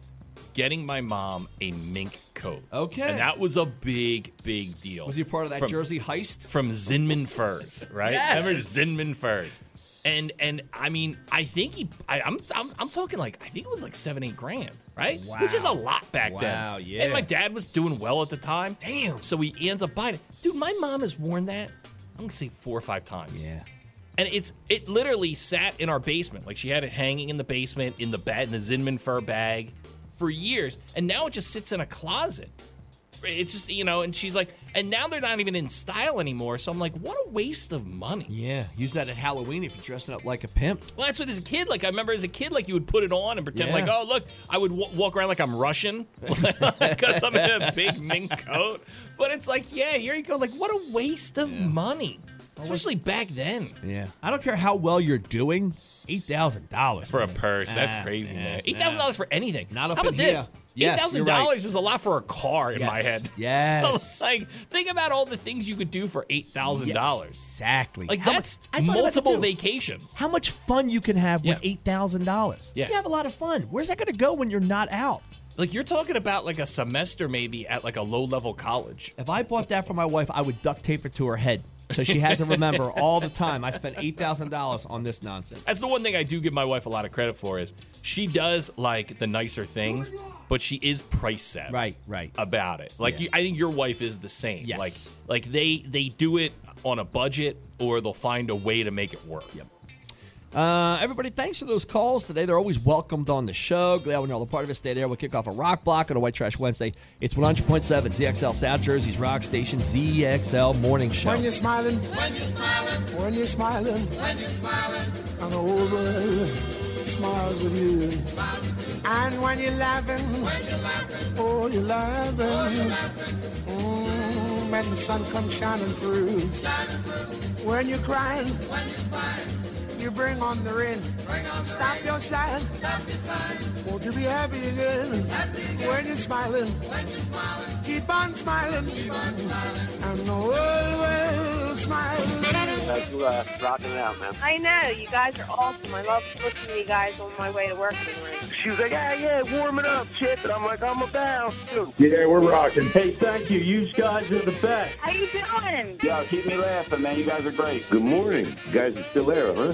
[SPEAKER 1] getting my mom a mink coat.
[SPEAKER 2] Okay.
[SPEAKER 1] And that was a big, big deal.
[SPEAKER 2] Was he part of that
[SPEAKER 1] From-
[SPEAKER 2] Jersey heist?
[SPEAKER 1] From Zinman Furs, right?
[SPEAKER 2] Yes.
[SPEAKER 1] Remember Zinman Furs? And and I mean, I think he I, I'm, I'm I'm talking like I think it was like seven, eight grand, right?
[SPEAKER 2] Wow.
[SPEAKER 1] Which is a lot back then.
[SPEAKER 2] Wow, yeah.
[SPEAKER 1] And my dad was doing well at the time. Damn. So he ends up buying it. Dude, my mom has worn that, I'm gonna say four or five times
[SPEAKER 2] Yeah.
[SPEAKER 1] and it's it literally sat in our basement. Like she had it hanging in the basement in the bed in the Zinman fur bag for years, and now it just sits in a closet. It's just you know, and she's like, and now they're not even in style anymore. So I'm like, what a waste of money.
[SPEAKER 2] Yeah. Use that at Halloween if you're dressing up like a pimp.
[SPEAKER 1] Well, that's what as a kid, like I remember as a kid, like you would put it on and pretend
[SPEAKER 2] Yeah.
[SPEAKER 1] like, oh look, I would w- walk around like I'm Russian <laughs> because I'm in a big mink coat. But it's like, yeah, here you go. Like what a waste of money, especially back then.
[SPEAKER 2] Yeah. I don't care how well you're doing. Eight thousand dollars
[SPEAKER 1] for a purse. That's
[SPEAKER 2] Ah,
[SPEAKER 1] crazy,
[SPEAKER 2] yeah,
[SPEAKER 1] man. Eight thousand dollars for anything.
[SPEAKER 2] Not up
[SPEAKER 1] How about
[SPEAKER 2] in here.
[SPEAKER 1] this? Eight
[SPEAKER 2] Yes, you're
[SPEAKER 1] thousand
[SPEAKER 2] right.
[SPEAKER 1] dollars is a lot for a car in
[SPEAKER 2] Yes.
[SPEAKER 1] my head. <laughs>
[SPEAKER 2] Yes.
[SPEAKER 1] So, like, think about all the things you could do for eight thousand dollars.
[SPEAKER 2] Exactly.
[SPEAKER 1] Like
[SPEAKER 2] How
[SPEAKER 1] that's
[SPEAKER 2] much- I thought about that,
[SPEAKER 1] multiple
[SPEAKER 2] too.
[SPEAKER 1] vacations.
[SPEAKER 2] How much fun you can have with
[SPEAKER 1] Yeah.
[SPEAKER 2] eight thousand dollars?
[SPEAKER 1] Yeah.
[SPEAKER 2] You have a lot of fun. Where's that gonna go when you're not out?
[SPEAKER 1] Like you're talking about like a semester maybe at like a low level college.
[SPEAKER 2] If I bought that for my wife, I would duct tape it to her head. So she had to
[SPEAKER 1] <laughs>
[SPEAKER 2] remember all the time I spent eight thousand dollars on this nonsense.
[SPEAKER 1] That's the one thing I do give my wife a lot of credit for is she does like the nicer things, but she is price savvy.
[SPEAKER 2] Right, right.
[SPEAKER 1] About it. Like
[SPEAKER 2] Yeah.
[SPEAKER 1] you, I think your wife is the same.
[SPEAKER 2] Yes.
[SPEAKER 1] Like like they they do it on a budget or they'll find a way to make it work. Yep.
[SPEAKER 2] Uh, everybody, thanks for those calls today. They're always welcomed on the show. Glad we're all a part of it. Stay there. We'll kick off a rock block on a White Trash Wednesday. It's 100.7 ZXL South Jersey's rock station, ZXL Morning Show.
[SPEAKER 8] When you're smiling, when you're smiling, when you're smiling, when you're smiling, and the whole world smiles with you. And when you're laughing, when you're laughing, oh, you're laughing. Mm, when the sun comes shining through. When you're crying, when you're crying, you bring on the rain. Stop your sighing. Stop your sighing. Won't you be happy again? Happy again. When you're smiling, when you're smiling, keep on smiling. Keep on smiling and the world will smile.
[SPEAKER 7] you uh, rocking it out, man.
[SPEAKER 6] I know, you guys are awesome. I love listening to you guys on my way to work in the morning.
[SPEAKER 7] She was like, yeah, yeah, warm it up, chick. And I'm like, I'm about to.
[SPEAKER 9] Yeah, we're rocking. Hey, thank you. You guys are the best.
[SPEAKER 6] How you doing?
[SPEAKER 7] Yo, keep me laughing, man. You guys are great.
[SPEAKER 10] Good morning. You guys are still there, huh?